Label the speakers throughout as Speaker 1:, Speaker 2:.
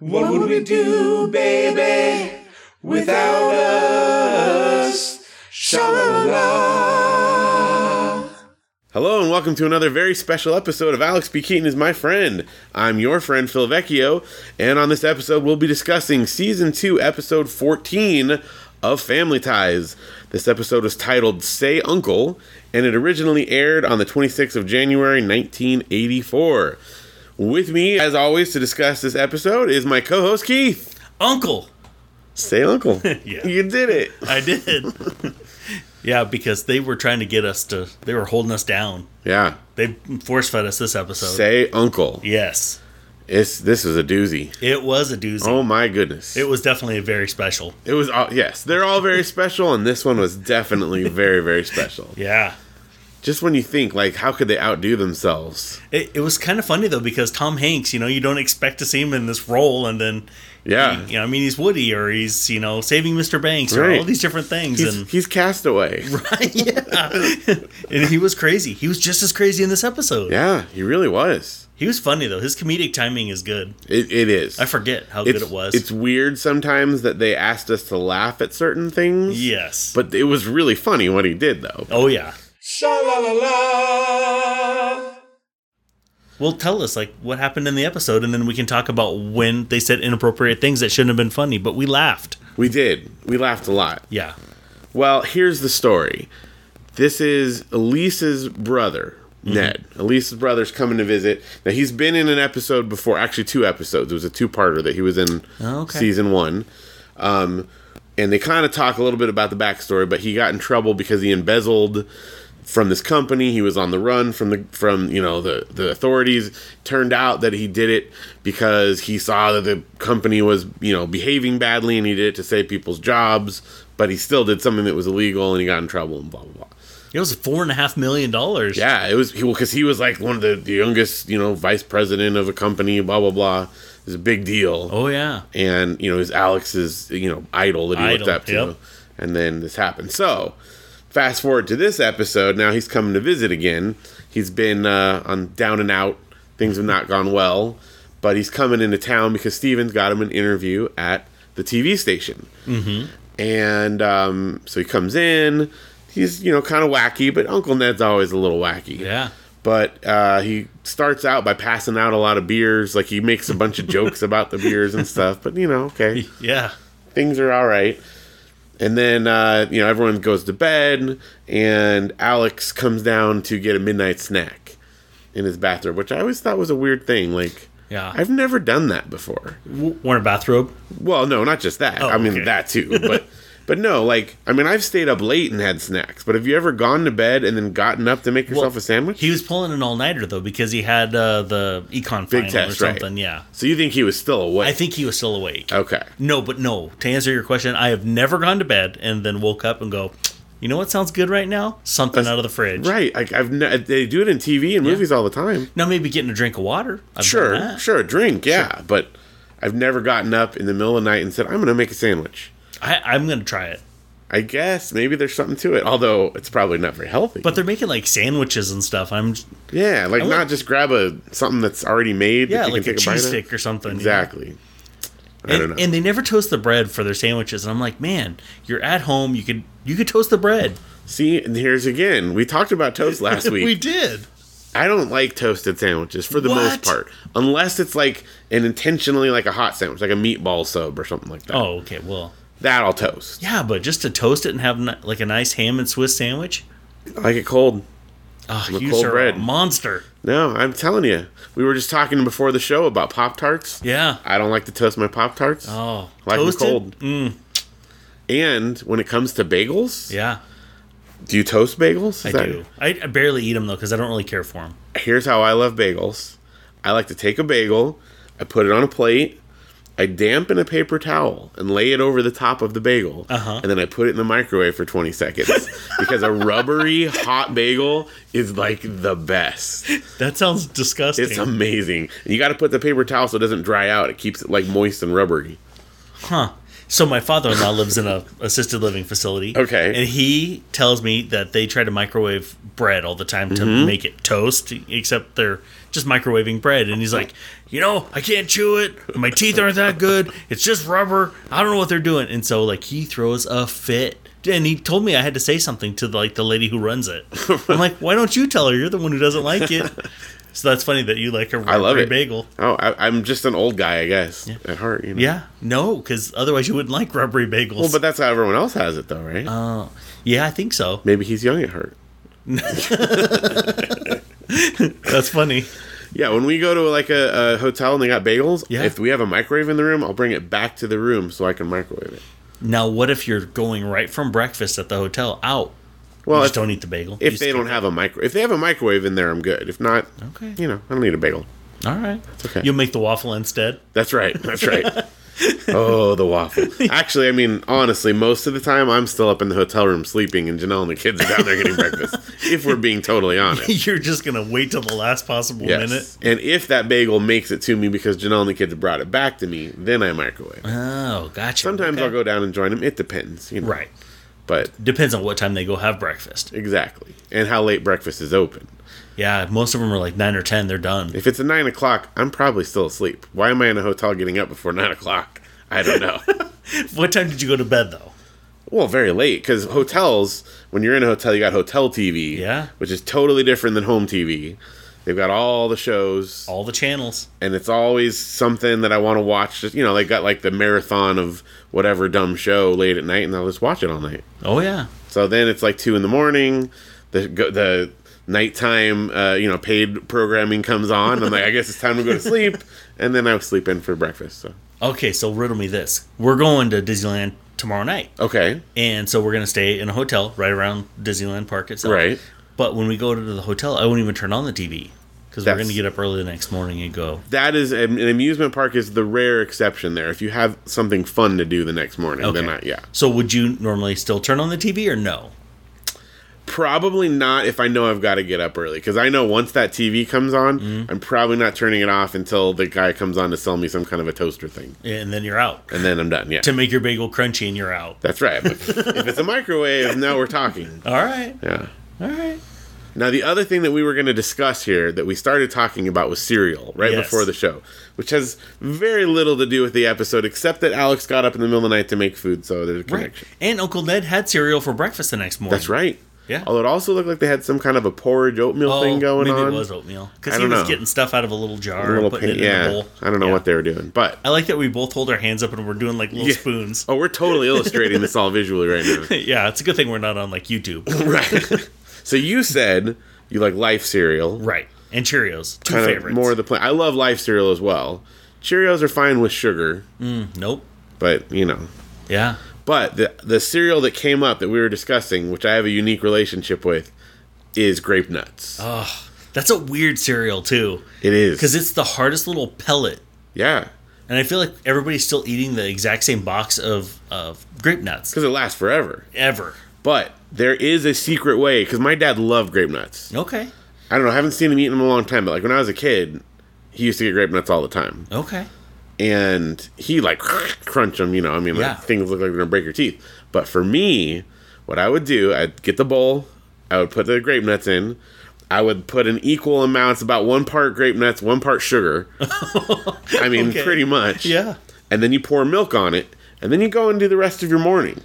Speaker 1: What would we do, baby, without us? Sha-la-la-la.
Speaker 2: Hello and welcome to another very special episode of Alex B. Keaton is my friend. I'm your friend Phil Vecchio, and on this episode we'll be discussing season two, episode 14 of Family Ties. This episode was titled Say Uncle, and it originally aired on the 26th of January 1984. With me, as always, to discuss this episode is my co-host Keith.
Speaker 3: Uncle.
Speaker 2: Say Uncle.
Speaker 3: Yeah.
Speaker 2: You did it.
Speaker 3: I did. yeah, because they were trying to get us to. They were holding us down.
Speaker 2: Yeah.
Speaker 3: They force fed us this episode.
Speaker 2: Say Uncle.
Speaker 3: yes,
Speaker 2: It's this is a doozy.
Speaker 3: it was a doozy.
Speaker 2: Oh my goodness.
Speaker 3: It was definitely a very special.
Speaker 2: It was all yes, they're all very special, and this one was definitely very, very special.
Speaker 3: Yeah.
Speaker 2: Just when you think like, how could they outdo themselves?
Speaker 3: It, it was kind of funny though because Tom Hanks, you know, you don't expect to see him in this role, and then,
Speaker 2: Yeah,
Speaker 3: you know, I mean, he's Woody or he's you know saving Mr. Banks or
Speaker 2: Right.
Speaker 3: all these different things,
Speaker 2: he's, he's castaway.
Speaker 3: and yeah, and he was crazy. He was just as crazy in this episode.
Speaker 2: Yeah, he really was.
Speaker 3: He was funny though. His comedic timing is good.
Speaker 2: It, it is.
Speaker 3: I forget how
Speaker 2: it's,
Speaker 3: good it was.
Speaker 2: It's weird sometimes that they asked us to laugh at certain things.
Speaker 3: yes,
Speaker 2: but it was really funny what he did though.
Speaker 3: oh yeah.
Speaker 1: Sha-la-la-la.
Speaker 3: Well, tell us like what happened in the episode, and then we can talk about when they said inappropriate things that shouldn't have been funny, but we laughed.
Speaker 2: We did. We laughed a lot.
Speaker 3: Yeah,
Speaker 2: Well, here's the story. This is Elise's brother,
Speaker 3: Mm-hmm.
Speaker 2: Ned. Elise's brother's coming to visit. Now he's been in an episode before, actually two episodes. It was a two-parter that he was in
Speaker 3: Oh, okay.
Speaker 2: season one. Um, and they kind of talk a little bit about the backstory, but he got in trouble because he embezzled from this company. He was on the run from the from you know the the authorities. Turned out that he did it because he saw that the company was you know behaving badly, and he did it to save people's jobs. But he still did something that was illegal, and he got in trouble, and blah blah blah.
Speaker 3: it was four and a half million dollars.
Speaker 2: Yeah, it was because he was like one of the, the youngest you know vice president of a company, blah blah blah. It was a big deal
Speaker 3: Oh yeah.
Speaker 2: and you know is Alex's you know idol that he
Speaker 3: Idol,
Speaker 2: looked up to,
Speaker 3: yep.
Speaker 2: and then this happened. So fast forward to this episode. Now he's coming to visit again. He's been uh, on down and out. Things have not gone well, but he's coming into town because Steven's got him an interview at the TV station. Mm-hmm. And um, so he comes in. He's you know kind of wacky, but Uncle Ned's always a little wacky
Speaker 3: Yeah.
Speaker 2: but uh, he starts out by passing out a lot of beers. Like he makes a bunch of jokes about the beers and stuff. But you know, okay,
Speaker 3: Yeah.
Speaker 2: things are all right. And then uh, you know everyone goes to bed, and Alex comes down to get a midnight snack in his bathrobe, which I always thought was a weird thing. Like
Speaker 3: Yeah.
Speaker 2: I've never done that before.
Speaker 3: W- worn a bathrobe.
Speaker 2: Well, no, not just that. I mean
Speaker 3: Oh, okay.
Speaker 2: that too, but. But no, like I mean, I've stayed up late and had snacks. But have you ever gone to bed and then gotten up to make yourself a sandwich?
Speaker 3: He was pulling an all nighter though because he had uh, the econ final or
Speaker 2: test, right. Oh.
Speaker 3: something. Yeah.
Speaker 2: so you think he was still awake?
Speaker 3: I think he was still awake.
Speaker 2: Okay.
Speaker 3: No, but no. To answer your question, I have never gone to bed and then woke up and go, you know what sounds good right now? Something out of the fridge.
Speaker 2: Right. Like I've ne- they do it in TV and movies all the time.
Speaker 3: Now maybe getting a drink of water. I've done
Speaker 2: Sure.
Speaker 3: that.
Speaker 2: Sure. Drink. Yeah. But I've never gotten up in the middle of the night and said I'm going to make a sandwich.
Speaker 3: I, I'm gonna try it.
Speaker 2: I guess maybe there's something to it. Although it's probably not very healthy.
Speaker 3: But they're making like sandwiches and stuff. I'm j-
Speaker 2: yeah, like
Speaker 3: I
Speaker 2: not
Speaker 3: like-
Speaker 2: just grab a something that's already made.
Speaker 3: yeah,
Speaker 2: that you
Speaker 3: like a
Speaker 2: can take a, bite
Speaker 3: cheese
Speaker 2: of.
Speaker 3: stick or something. you know?
Speaker 2: Exactly. I
Speaker 3: And,
Speaker 2: don't know.
Speaker 3: and they never toast the bread for their sandwiches. And I'm like, man, you're at home. You could you could toast the bread.
Speaker 2: See, and here's again. We talked about toast last week.
Speaker 3: we did.
Speaker 2: I don't like toasted sandwiches for the most
Speaker 3: What?
Speaker 2: part, unless it's like an intentionally like a hot sandwich, like a meatball sub or something like that.
Speaker 3: Oh, okay. Well,
Speaker 2: That I'll toast.
Speaker 3: yeah, but just to toast it and have ni- like a nice ham and Swiss sandwich.
Speaker 2: I like it cold.
Speaker 3: Oh,
Speaker 2: With
Speaker 3: you
Speaker 2: cold
Speaker 3: sir, are
Speaker 2: bread.
Speaker 3: a monster.
Speaker 2: No, I'm telling you. We were just talking before the show about Pop Tarts.
Speaker 3: Yeah.
Speaker 2: I don't like to toast my Pop Tarts.
Speaker 3: Oh,
Speaker 2: like 'em
Speaker 3: toasted.
Speaker 2: cold.
Speaker 3: Mm,
Speaker 2: And when it comes to bagels,
Speaker 3: yeah,
Speaker 2: do you toast bagels? Is
Speaker 3: I
Speaker 2: that-
Speaker 3: do. I, I barely eat them though because I don't really care for them.
Speaker 2: Here's how I love bagels. I like to take a bagel, I put it on a plate, I dampen a paper towel and lay it over the top of the bagel,
Speaker 3: Uh-huh.
Speaker 2: and then I put it in the microwave for 20 seconds because a rubbery hot bagel is like the best.
Speaker 3: That sounds disgusting.
Speaker 2: It's amazing. You got to put the paper towel so it doesn't dry out. It keeps it like moist and rubbery.
Speaker 3: huh? So my father-in-law lives in a assisted living facility.
Speaker 2: Okay.
Speaker 3: and he tells me that they try to microwave bread all the time to
Speaker 2: Mm-hmm.
Speaker 3: make it toast, except they're just microwaving bread. And he's like, you know, I can't chew it. My teeth aren't that good. It's just rubber. I don't know what they're doing. And so like he throws a fit. And he told me I had to say something to like the lady who runs it. I'm like, why don't you tell her? You're the one who doesn't like it. So that's funny that you like a
Speaker 2: I love
Speaker 3: rubbery
Speaker 2: it.
Speaker 3: bagel.
Speaker 2: Oh, I, I'm just an old guy, I guess, at heart. You know?
Speaker 3: Yeah, no, because otherwise you wouldn't like rubbery bagels.
Speaker 2: Well, but that's how everyone else has it, though, right?
Speaker 3: Um, yeah, I think so.
Speaker 2: Maybe he's young at heart.
Speaker 3: That's funny.
Speaker 2: Yeah, when we go to like a, a hotel and they got bagels,
Speaker 3: Yeah.
Speaker 2: if we have a microwave in the room, I'll bring it back to the room so I can microwave it.
Speaker 3: Now, what if you're going right from breakfast at the hotel out?
Speaker 2: Well,
Speaker 3: you
Speaker 2: if,
Speaker 3: just don't eat the bagel. You
Speaker 2: if
Speaker 3: just-
Speaker 2: they don't have a micro, if they have a microwave in there, I'm good. If not,
Speaker 3: Okay.
Speaker 2: you know, I don't need a bagel.
Speaker 3: All right.
Speaker 2: okay.
Speaker 3: You'll make the waffle instead.
Speaker 2: That's right. That's right. oh, the waffle. Actually, I mean, honestly, most of the time I'm still up in the hotel room sleeping, and Janelle and the kids are down there getting breakfast. If we're being totally honest.
Speaker 3: you're just going to wait till the last possible
Speaker 2: Yes.
Speaker 3: minute.
Speaker 2: And if that bagel makes it to me because Janelle and the kids brought it back to me, then I microwave.
Speaker 3: Oh, gotcha.
Speaker 2: Sometimes
Speaker 3: Okay.
Speaker 2: I'll go down and join them. It depends, you know.
Speaker 3: Right.
Speaker 2: But
Speaker 3: Depends on what time they go have breakfast.
Speaker 2: exactly, and how late breakfast is open.
Speaker 3: Yeah, most of them are like 9 or 10. They're done.
Speaker 2: If it's at nine o'clock, I'm probably still asleep. Why am I in a hotel getting up before nine o'clock? I don't know.
Speaker 3: What time did you go to bed, though?
Speaker 2: well, very late because hotels. When you're in a hotel, you got hotel TV,
Speaker 3: Yeah.
Speaker 2: which is totally different than home TV. They've got all the shows,
Speaker 3: All the channels.
Speaker 2: and it's always something that I want to watch. Just, you know, they got like the marathon of whatever dumb show late at night, and I'll just watch it all night.
Speaker 3: Oh, yeah.
Speaker 2: So then it's like two in the morning. The go, the nighttime, uh, you know, paid programming comes on. I'm like, I guess it's time to go to sleep. And then I was sleeping for breakfast. So
Speaker 3: Okay, so riddle me this. We're going to Disneyland tomorrow night.
Speaker 2: okay,
Speaker 3: And so we're going to stay in a hotel right around Disneyland Park itself.
Speaker 2: Right.
Speaker 3: But when we go to the hotel, I won't even turn on the TV because we're
Speaker 2: That's-
Speaker 3: going to get up early the next morning and go.
Speaker 2: that is an an amusement park is the rare exception there. If you have something fun to do the next morning, then I, yeah,
Speaker 3: So would you normally still turn on the TV or no?
Speaker 2: probably not. If I know I've got to get up early, because I know once that TV comes on,
Speaker 3: Mm-hmm.
Speaker 2: I'm probably not turning it off until the guy comes on to sell me some kind of a toaster thing,
Speaker 3: And then you're out
Speaker 2: and then I'm done. Yeah,
Speaker 3: to make your bagel crunchy and you're out.
Speaker 2: that's right. But if it's a microwave, now we're talking.
Speaker 3: All right.
Speaker 2: Yeah.
Speaker 3: All right.
Speaker 2: Now, the other thing that we were going to discuss here that we started talking about was cereal right
Speaker 3: Yes.
Speaker 2: before the show, which has very little to do with the episode, except that Alex got up in the middle of the night to make food, so there's a
Speaker 3: Right.
Speaker 2: connection.
Speaker 3: And Uncle Ned had cereal for breakfast the next morning.
Speaker 2: That's right.
Speaker 3: Yeah.
Speaker 2: Although it also looked like they had some kind of a porridge oatmeal
Speaker 3: Oh,
Speaker 2: thing going
Speaker 3: maybe
Speaker 2: on.
Speaker 3: it was oatmeal
Speaker 2: I
Speaker 3: because he
Speaker 2: don't
Speaker 3: was
Speaker 2: know.
Speaker 3: getting stuff out of a little jar,
Speaker 2: A
Speaker 3: and
Speaker 2: little
Speaker 3: putting
Speaker 2: pin-
Speaker 3: it in
Speaker 2: yeah.
Speaker 3: a bowl.
Speaker 2: I don't know
Speaker 3: Yeah.
Speaker 2: what they were doing, but
Speaker 3: I like that we both hold our hands up and we're doing like little
Speaker 2: Yeah.
Speaker 3: spoons.
Speaker 2: oh, we're totally illustrating this all visually right now.
Speaker 3: Yeah, it's a good thing we're not on like YouTube.
Speaker 2: right. so you said you like Life cereal,
Speaker 3: Right. And Cheerios. Two
Speaker 2: kind of
Speaker 3: favorites.
Speaker 2: more of the plan. I love Life cereal as well. Cheerios are fine with sugar,
Speaker 3: nope.
Speaker 2: but you know.
Speaker 3: Yeah.
Speaker 2: But the the cereal that came up that we were discussing, which I have a unique relationship with, is grape nuts.
Speaker 3: Oh. That's a weird cereal too.
Speaker 2: it is
Speaker 3: Because it's the hardest little pellet.
Speaker 2: yeah,
Speaker 3: And I feel like everybody's still eating the exact same box of, of grape nuts
Speaker 2: because it lasts forever.
Speaker 3: ever.
Speaker 2: But there is a secret way because my dad loved grape nuts.
Speaker 3: Okay.
Speaker 2: I don't know, I haven't seen him eat them in a long time, but like when I was a kid, he used to get grape nuts all the time,
Speaker 3: Okay.
Speaker 2: and he like crunch them. You know, I mean, like,
Speaker 3: Yeah.
Speaker 2: things look like they're gonna break your teeth. But for me, what I would do, I'd get the bowl, I would put the grape nuts in. I would put an equal amounts, about one part grape nuts, one part sugar. I mean,
Speaker 3: Okay.
Speaker 2: pretty much.
Speaker 3: Yeah.
Speaker 2: And then you pour milk on it, and then you go and do the rest of your morning.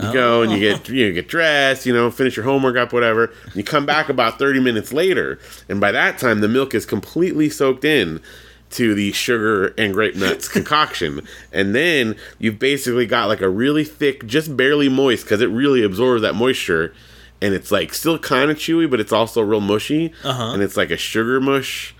Speaker 2: You go and you get you get dressed, you know, finish your homework up, whatever. You come back about thirty minutes later, and by that time the milk is completely soaked in to the sugar and grape nuts concoction, and then you've basically got like a really thick, just barely moist, because it really absorbs that moisture, and it's like still kind of chewy, but it's also real mushy, and it's like a sugar mush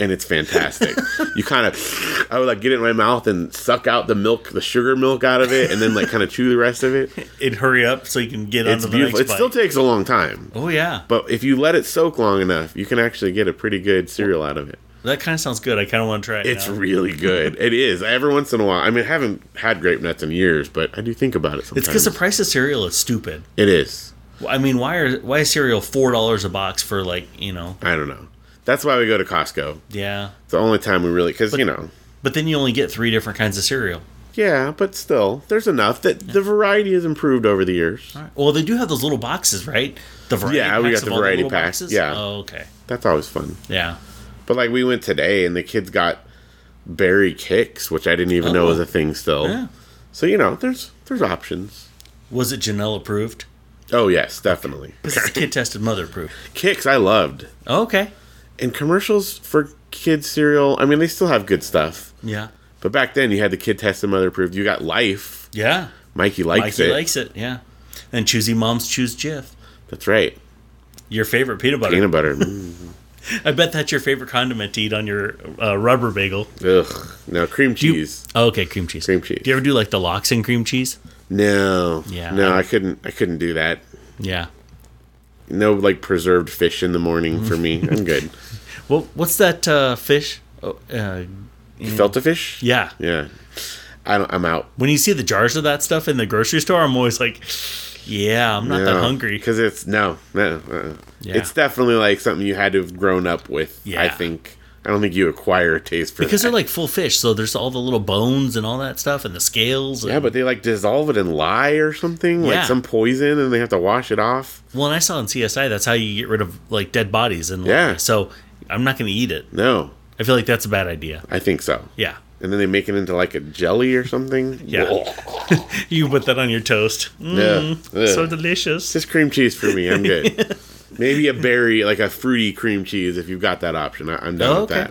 Speaker 2: and it's fantastic. you kind of, I would like get it in my mouth and suck out the milk, the sugar milk out of it, and then like kind of chew the rest of it.
Speaker 3: It hurry up so you can get
Speaker 2: It's
Speaker 3: onto the
Speaker 2: beautiful.
Speaker 3: next
Speaker 2: It
Speaker 3: bite.
Speaker 2: still takes a long time,
Speaker 3: oh yeah.
Speaker 2: but if you let it soak long enough, you can actually get a pretty good cereal out of it.
Speaker 3: That kind of sounds good. I kind of want to try it.
Speaker 2: It's
Speaker 3: now.
Speaker 2: really good. It is. Every once in a while, I mean, I haven't had grape nuts in years, but I do think about it sometimes.
Speaker 3: it's because the price of cereal is stupid.
Speaker 2: it is.
Speaker 3: I mean, why are why is cereal four dollars a box for like you know?
Speaker 2: I don't know. That's why we go to Costco.
Speaker 3: Yeah,
Speaker 2: It's the only time we really, because you know,
Speaker 3: but then you only get three different kinds of cereal.
Speaker 2: Yeah, but still, there's enough that the variety has improved over the years.
Speaker 3: Well, they do have those little boxes, right? The variety
Speaker 2: Yeah, we got
Speaker 3: packs
Speaker 2: the
Speaker 3: of all
Speaker 2: variety
Speaker 3: little
Speaker 2: packs,
Speaker 3: boxes?
Speaker 2: yeah.
Speaker 3: Oh, okay.
Speaker 2: That's always fun.
Speaker 3: Yeah.
Speaker 2: But like we went today and the kids got berry kicks, which I didn't even know
Speaker 3: Oh.
Speaker 2: was a thing still.
Speaker 3: Yeah.
Speaker 2: So you know, there's there's options.
Speaker 3: Was it Janelle approved?
Speaker 2: Oh yes, definitely.
Speaker 3: This is kid tested mother approved.
Speaker 2: Kicks I loved.
Speaker 3: Okay.
Speaker 2: And commercials for kids cereal, I mean they still have good stuff.
Speaker 3: Yeah.
Speaker 2: But back then you had the kid tested mother approved. You got life.
Speaker 3: Yeah.
Speaker 2: Mikey likes
Speaker 3: Mikey
Speaker 2: it.
Speaker 3: likes it. Yeah. And choosy moms choose Jif.
Speaker 2: That's right.
Speaker 3: Your favorite peanut butter.
Speaker 2: Peanut butter. Mm.
Speaker 3: I bet that's your favorite condiment to eat on your uh, rubber bagel.
Speaker 2: Ugh. No cream
Speaker 3: Do you-
Speaker 2: cheese.
Speaker 3: Oh, okay, cream cheese.
Speaker 2: Cream cheese.
Speaker 3: Do you ever do like the lox and cream cheese?
Speaker 2: No.
Speaker 3: Yeah.
Speaker 2: No, I couldn't I couldn't do that.
Speaker 3: Yeah.
Speaker 2: No like preserved fish in the morning for me. I'm good.
Speaker 3: Well, what's that uh, fish? Oh, uh,
Speaker 2: Felt a fish?
Speaker 3: yeah.
Speaker 2: Yeah. I don't I'm out.
Speaker 3: When you see the jars of that stuff in the grocery store, I'm always like, yeah, I'm not that hungry.
Speaker 2: because it's no, no. Uh,
Speaker 3: Yeah.
Speaker 2: It's definitely like something you had to have grown up with. I
Speaker 3: Yeah.
Speaker 2: think I don't think you acquire a taste for
Speaker 3: Because
Speaker 2: that.
Speaker 3: they're like full fish, so there's all the little bones and all that stuff and the scales. And,
Speaker 2: yeah, but they like dissolve it in lye or something, like
Speaker 3: Yeah.
Speaker 2: some poison, and they have to wash it off.
Speaker 3: well, and I saw in CSI that's how you get rid of like dead bodies and
Speaker 2: Yeah.
Speaker 3: So I'm not going to eat it.
Speaker 2: No,
Speaker 3: I feel like that's a bad idea.
Speaker 2: I think so.
Speaker 3: Yeah,
Speaker 2: And then they make it into like a jelly or something.
Speaker 3: Yeah.
Speaker 2: Ugh.
Speaker 3: you put that on your toast. Mm,
Speaker 2: Yeah.
Speaker 3: so
Speaker 2: Ugh.
Speaker 3: delicious.
Speaker 2: just cream cheese for me. I'm good. Maybe a berry, like a fruity cream cheese, if you've got that option. I, I'm down
Speaker 3: Oh,
Speaker 2: with
Speaker 3: okay.
Speaker 2: that.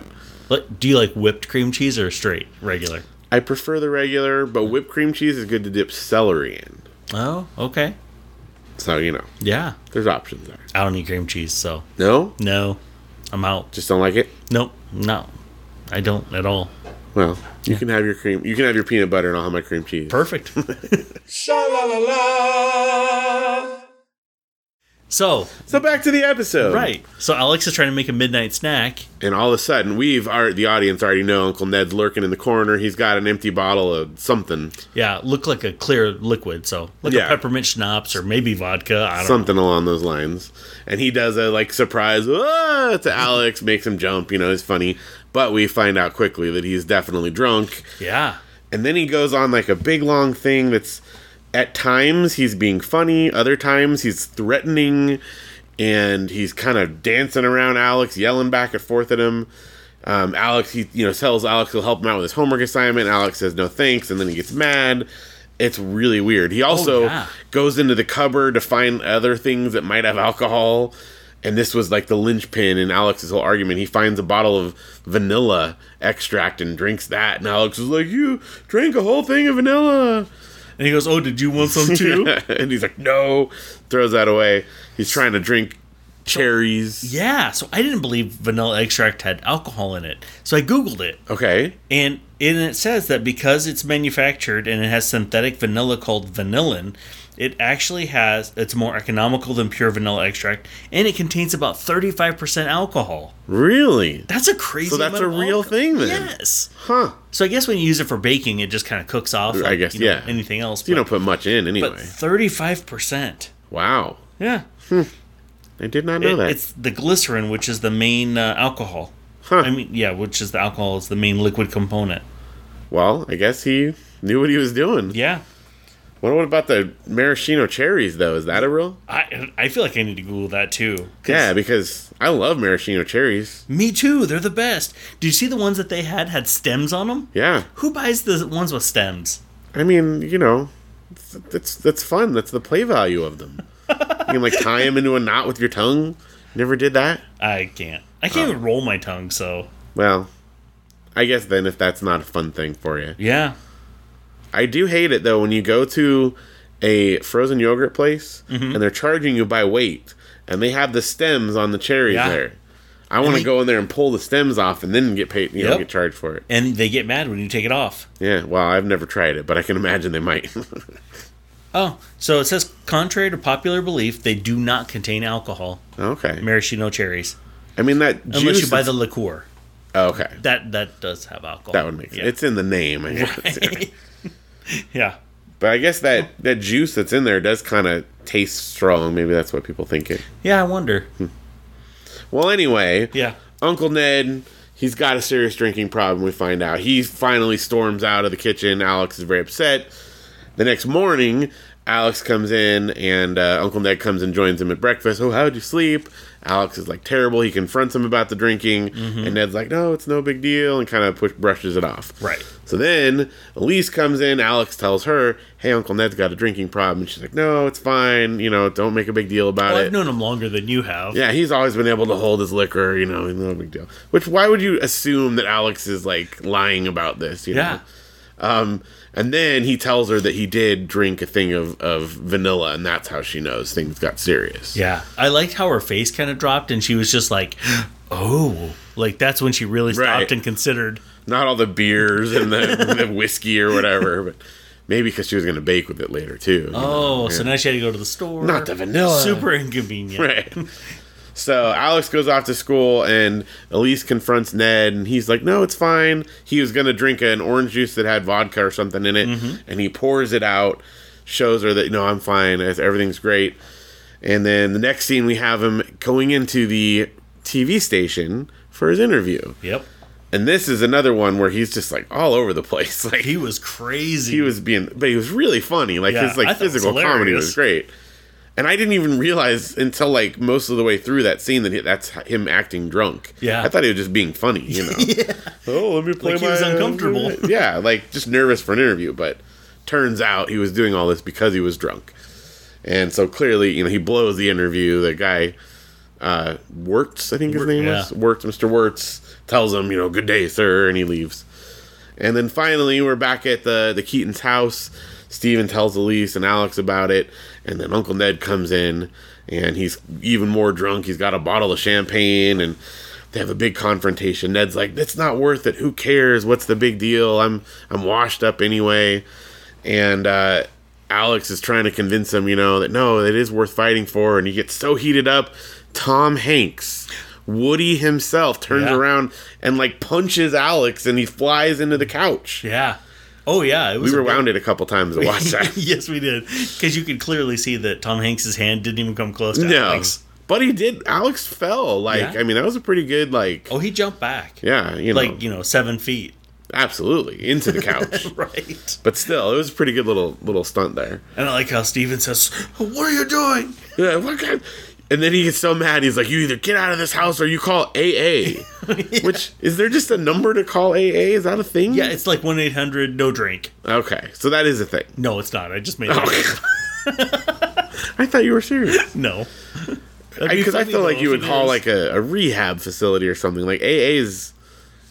Speaker 3: Like, do you like whipped cream cheese or straight regular?
Speaker 2: I prefer the regular, but whipped cream cheese is good to dip celery in.
Speaker 3: Oh, okay.
Speaker 2: So you know,
Speaker 3: Yeah,
Speaker 2: there's options there.
Speaker 3: I don't eat cream cheese, so
Speaker 2: No,
Speaker 3: no, I'm out.
Speaker 2: just don't like it.
Speaker 3: Nope, no, I don't at all.
Speaker 2: Well, you can have your cream. You can have your peanut butter, and I'll have my cream cheese.
Speaker 3: Perfect.
Speaker 1: Sha la la la.
Speaker 3: so
Speaker 2: So back to the episode,
Speaker 3: right, so Alex is trying to make a midnight snack.
Speaker 2: And all of a sudden, we've our the audience already know Uncle Ned's lurking in the corner. He's got an empty bottle of something,
Speaker 3: Yeah, look like a clear liquid, so like
Speaker 2: Yeah.
Speaker 3: a peppermint schnapps or maybe vodka. I don't.
Speaker 2: something along those lines. And he does a like surprise "Ah!" to Alex, makes him jump. You know, it's funny. But we find out quickly that he's definitely drunk.
Speaker 3: Yeah,
Speaker 2: And then he goes on like a big long thing that's at times he's being funny, other times he's threatening, and he's kind of dancing around Alex, yelling back and forth at him. Um, Alex, he you know tells Alex he'll help him out with his homework assignment. Alex says no thanks, and then he gets mad. It's really weird. He also
Speaker 3: Oh, yeah.
Speaker 2: goes into the cupboard to find other things that might have alcohol. And this was like the linchpin in Alex's whole argument. He finds a bottle of vanilla extract and drinks that. And Alex is like, You drank a whole thing of vanilla.
Speaker 3: and he goes, "Oh, did you want some too?"
Speaker 2: and he's like, No. Throws that away. He's trying to drink cherries.
Speaker 3: Yeah, so I didn't believe vanilla extract had alcohol in it. So I Googled it.
Speaker 2: Okay.
Speaker 3: And, and it says that because it's manufactured and it has synthetic vanilla called vanillin, it actually has, it's more economical than pure vanilla extract, and it contains about 35% alcohol.
Speaker 2: Really?
Speaker 3: That's a crazy
Speaker 2: So that's
Speaker 3: amount
Speaker 2: a
Speaker 3: of
Speaker 2: real
Speaker 3: alcohol.
Speaker 2: thing then?
Speaker 3: Yes.
Speaker 2: Huh.
Speaker 3: So I guess when you use it for baking, it just kind of cooks off. like,
Speaker 2: guess,
Speaker 3: you know,
Speaker 2: yeah.
Speaker 3: Anything else.
Speaker 2: You
Speaker 3: but,
Speaker 2: don't put much in anyway.
Speaker 3: but 35%.
Speaker 2: wow.
Speaker 3: Yeah.
Speaker 2: I did not know
Speaker 3: It-
Speaker 2: that.
Speaker 3: It's the glycerin, which is the main uh, alcohol.
Speaker 2: Huh.
Speaker 3: I mean, yeah, which is the alcohol is the main liquid component.
Speaker 2: well, I guess he knew what he was doing.
Speaker 3: Yeah,
Speaker 2: What, what about the maraschino cherries, though? Is that a real?
Speaker 3: I I feel like I need to Google that too. 'Cause-
Speaker 2: Yeah, because I love maraschino cherries.
Speaker 3: me too. They're the best. Did you see the ones that they had had stems on them?
Speaker 2: Yeah.
Speaker 3: Who buys the ones with stems?
Speaker 2: I mean, you know, it's- that's that's fun. That's the play value of them. You can like tie them into a knot with your tongue. Never did that.
Speaker 3: I can't. I can't even roll my tongue. So
Speaker 2: Well, I guess then if that's not a fun thing for you.
Speaker 3: yeah,
Speaker 2: I do hate it though when you go to a frozen yogurt place
Speaker 3: Mm-hmm.
Speaker 2: and they're charging you by weight and they have the stems on the cherries
Speaker 3: Yeah.
Speaker 2: there. I want to
Speaker 3: they-
Speaker 2: go in there and pull the stems off and then get paid, you know,
Speaker 3: Yep.
Speaker 2: get charged for it.
Speaker 3: and they get mad when you take it off.
Speaker 2: Yeah, well, I've never tried it, but I can imagine they might.
Speaker 3: Oh, so it says contrary to popular belief, they do not contain alcohol.
Speaker 2: okay.
Speaker 3: Maraschino cherries,
Speaker 2: I mean that juice.
Speaker 3: unless you buy
Speaker 2: is-
Speaker 3: the liqueur.
Speaker 2: oh, okay,
Speaker 3: That that does have alcohol.
Speaker 2: that would make sense.
Speaker 3: Yeah.
Speaker 2: It's in the name, I guess.
Speaker 3: yeah.
Speaker 2: but I guess that that juice that's in there does kind of taste strong. Maybe that's what people think it.
Speaker 3: Yeah, I wonder.
Speaker 2: Well, anyway,
Speaker 3: Yeah.
Speaker 2: Uncle Ned. He's got a serious drinking problem, we find out. He finally storms out of the kitchen. Alex is very upset. The next morning, Alex comes in and uh, Uncle Ned comes and joins him at breakfast. Oh, how'd you sleep? Alex is like terrible. He confronts him about the drinking,
Speaker 3: Mm-hmm.
Speaker 2: and Ned's like, no, it's no big deal, and kind of push- brushes it off.
Speaker 3: Right.
Speaker 2: So then Elise comes in. Alex tells her, hey, Uncle Ned's got a drinking problem. And she's like, no, it's fine. You know, don't make a big deal about
Speaker 3: Well,
Speaker 2: it.
Speaker 3: I've known him longer than you have.
Speaker 2: Yeah, he's always been able to hold his liquor, you know, no big deal. Which why would you assume that Alex is like lying about this, you
Speaker 3: Yeah.
Speaker 2: know? Um and then he tells her that he did drink a thing of, of vanilla and that's how she knows things got serious.
Speaker 3: Yeah. I liked how her face kind of dropped and she was just like, oh. Like that's when she really stopped
Speaker 2: Right.
Speaker 3: and considered.
Speaker 2: Not all the beers and the, the whiskey or whatever, but maybe because she was gonna bake with it later too. you
Speaker 3: Oh,
Speaker 2: know?
Speaker 3: so now she had to go to the store.
Speaker 2: Not the vanilla.
Speaker 3: Super inconvenient.
Speaker 2: Right. So Alex goes off to school, and Elise confronts Ned, and he's like, "No, it's fine." He was gonna drink an orange juice that had vodka or something in it, and he pours it out, shows her that, "No, I'm fine. Everything's great." And then the next scene, we have him going into the TV station for his interview,
Speaker 3: Yep.
Speaker 2: and this is another one where he's just like all over the place, like
Speaker 3: He was crazy.
Speaker 2: he was being but he was really funny like
Speaker 3: Yeah,
Speaker 2: his
Speaker 3: I
Speaker 2: like
Speaker 3: thought it was
Speaker 2: physical comedy was
Speaker 3: hilarious.
Speaker 2: great and i didn't even realize until like most of the way through that scene that he, that's him acting drunk
Speaker 3: Yeah.
Speaker 2: i thought he was just being funny you know oh let me play
Speaker 3: Like, he
Speaker 2: my
Speaker 3: was uncomfortable.
Speaker 2: yeah like just nervous for an interview but turns out he was doing all this because he was drunk and so clearly you know he blows the interview the guy uh, Wirtz, I think his name was
Speaker 3: yeah.
Speaker 2: Wirtz. Mr. Wirtz tells him, you know, good day, sir, and he leaves. And then finally, we're back at the the Keaton's house. Steven tells Elise and Alex about it, and then Uncle Ned comes in, and he's even more drunk. He's got a bottle of champagne, and they have a big confrontation. Ned's like, "That's not worth it. Who cares? What's the big deal? I'm I'm washed up anyway." And uh, Alex is trying to convince him, you know, that no, it is worth fighting for. And he gets so heated up. Tom Hanks, Woody himself, turns
Speaker 3: Yeah.
Speaker 2: around around and like punches Alex and he flies into the couch.
Speaker 3: yeah. Oh yeah. It was
Speaker 2: We
Speaker 3: a big-
Speaker 2: rewound it a couple times to watch that.
Speaker 3: yes, we did. Because you could clearly see that Tom Hanks's hand didn't even come close to
Speaker 2: no.
Speaker 3: Alex.
Speaker 2: But he did Alex fell. Like
Speaker 3: Yeah.
Speaker 2: I mean that was a pretty good like
Speaker 3: Oh, he jumped back.
Speaker 2: Yeah, you know
Speaker 3: Like, you know, seven feet.
Speaker 2: absolutely into the couch.
Speaker 3: Right.
Speaker 2: but still, it was a pretty good little little stunt there.
Speaker 3: And I like how Steven says, What are you doing?
Speaker 2: Yeah, what kind- And then he gets so mad, he's like, "You either get out of this house or you call AA." Which is there just a number to call AA? Is that a thing?
Speaker 3: Yeah, it's like 1 800 no drink.
Speaker 2: Okay, so that is a thing.
Speaker 3: No, it's not. I just made it.
Speaker 2: Okay. I thought you were serious.
Speaker 3: No. That'd be
Speaker 2: because I
Speaker 3: funny,
Speaker 2: feel
Speaker 3: though,
Speaker 2: like you
Speaker 3: if
Speaker 2: would
Speaker 3: it
Speaker 2: call
Speaker 3: is.
Speaker 2: like a, a rehab facility or something. Like AA is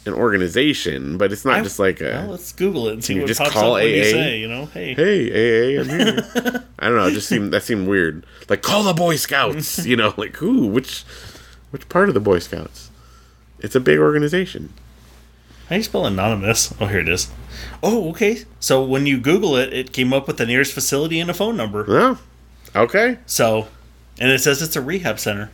Speaker 2: an organization, but it's not just like a
Speaker 3: Well, let's Google it and see
Speaker 2: You
Speaker 3: what
Speaker 2: just
Speaker 3: pops
Speaker 2: call
Speaker 3: up when you
Speaker 2: AA?
Speaker 3: say, you know, hey.
Speaker 2: hey AA, I'm here. I don't know. It just seemed that seemed weird. Like call the Boy Scouts. You know, like who? Which which part of the Boy Scouts? It's a big organization.
Speaker 3: How do you spell anonymous? Oh, here it is. Oh, okay. So when you Google it, it came up with the nearest facility and a phone number.
Speaker 2: No, okay.
Speaker 3: So, and it says it's a rehab center,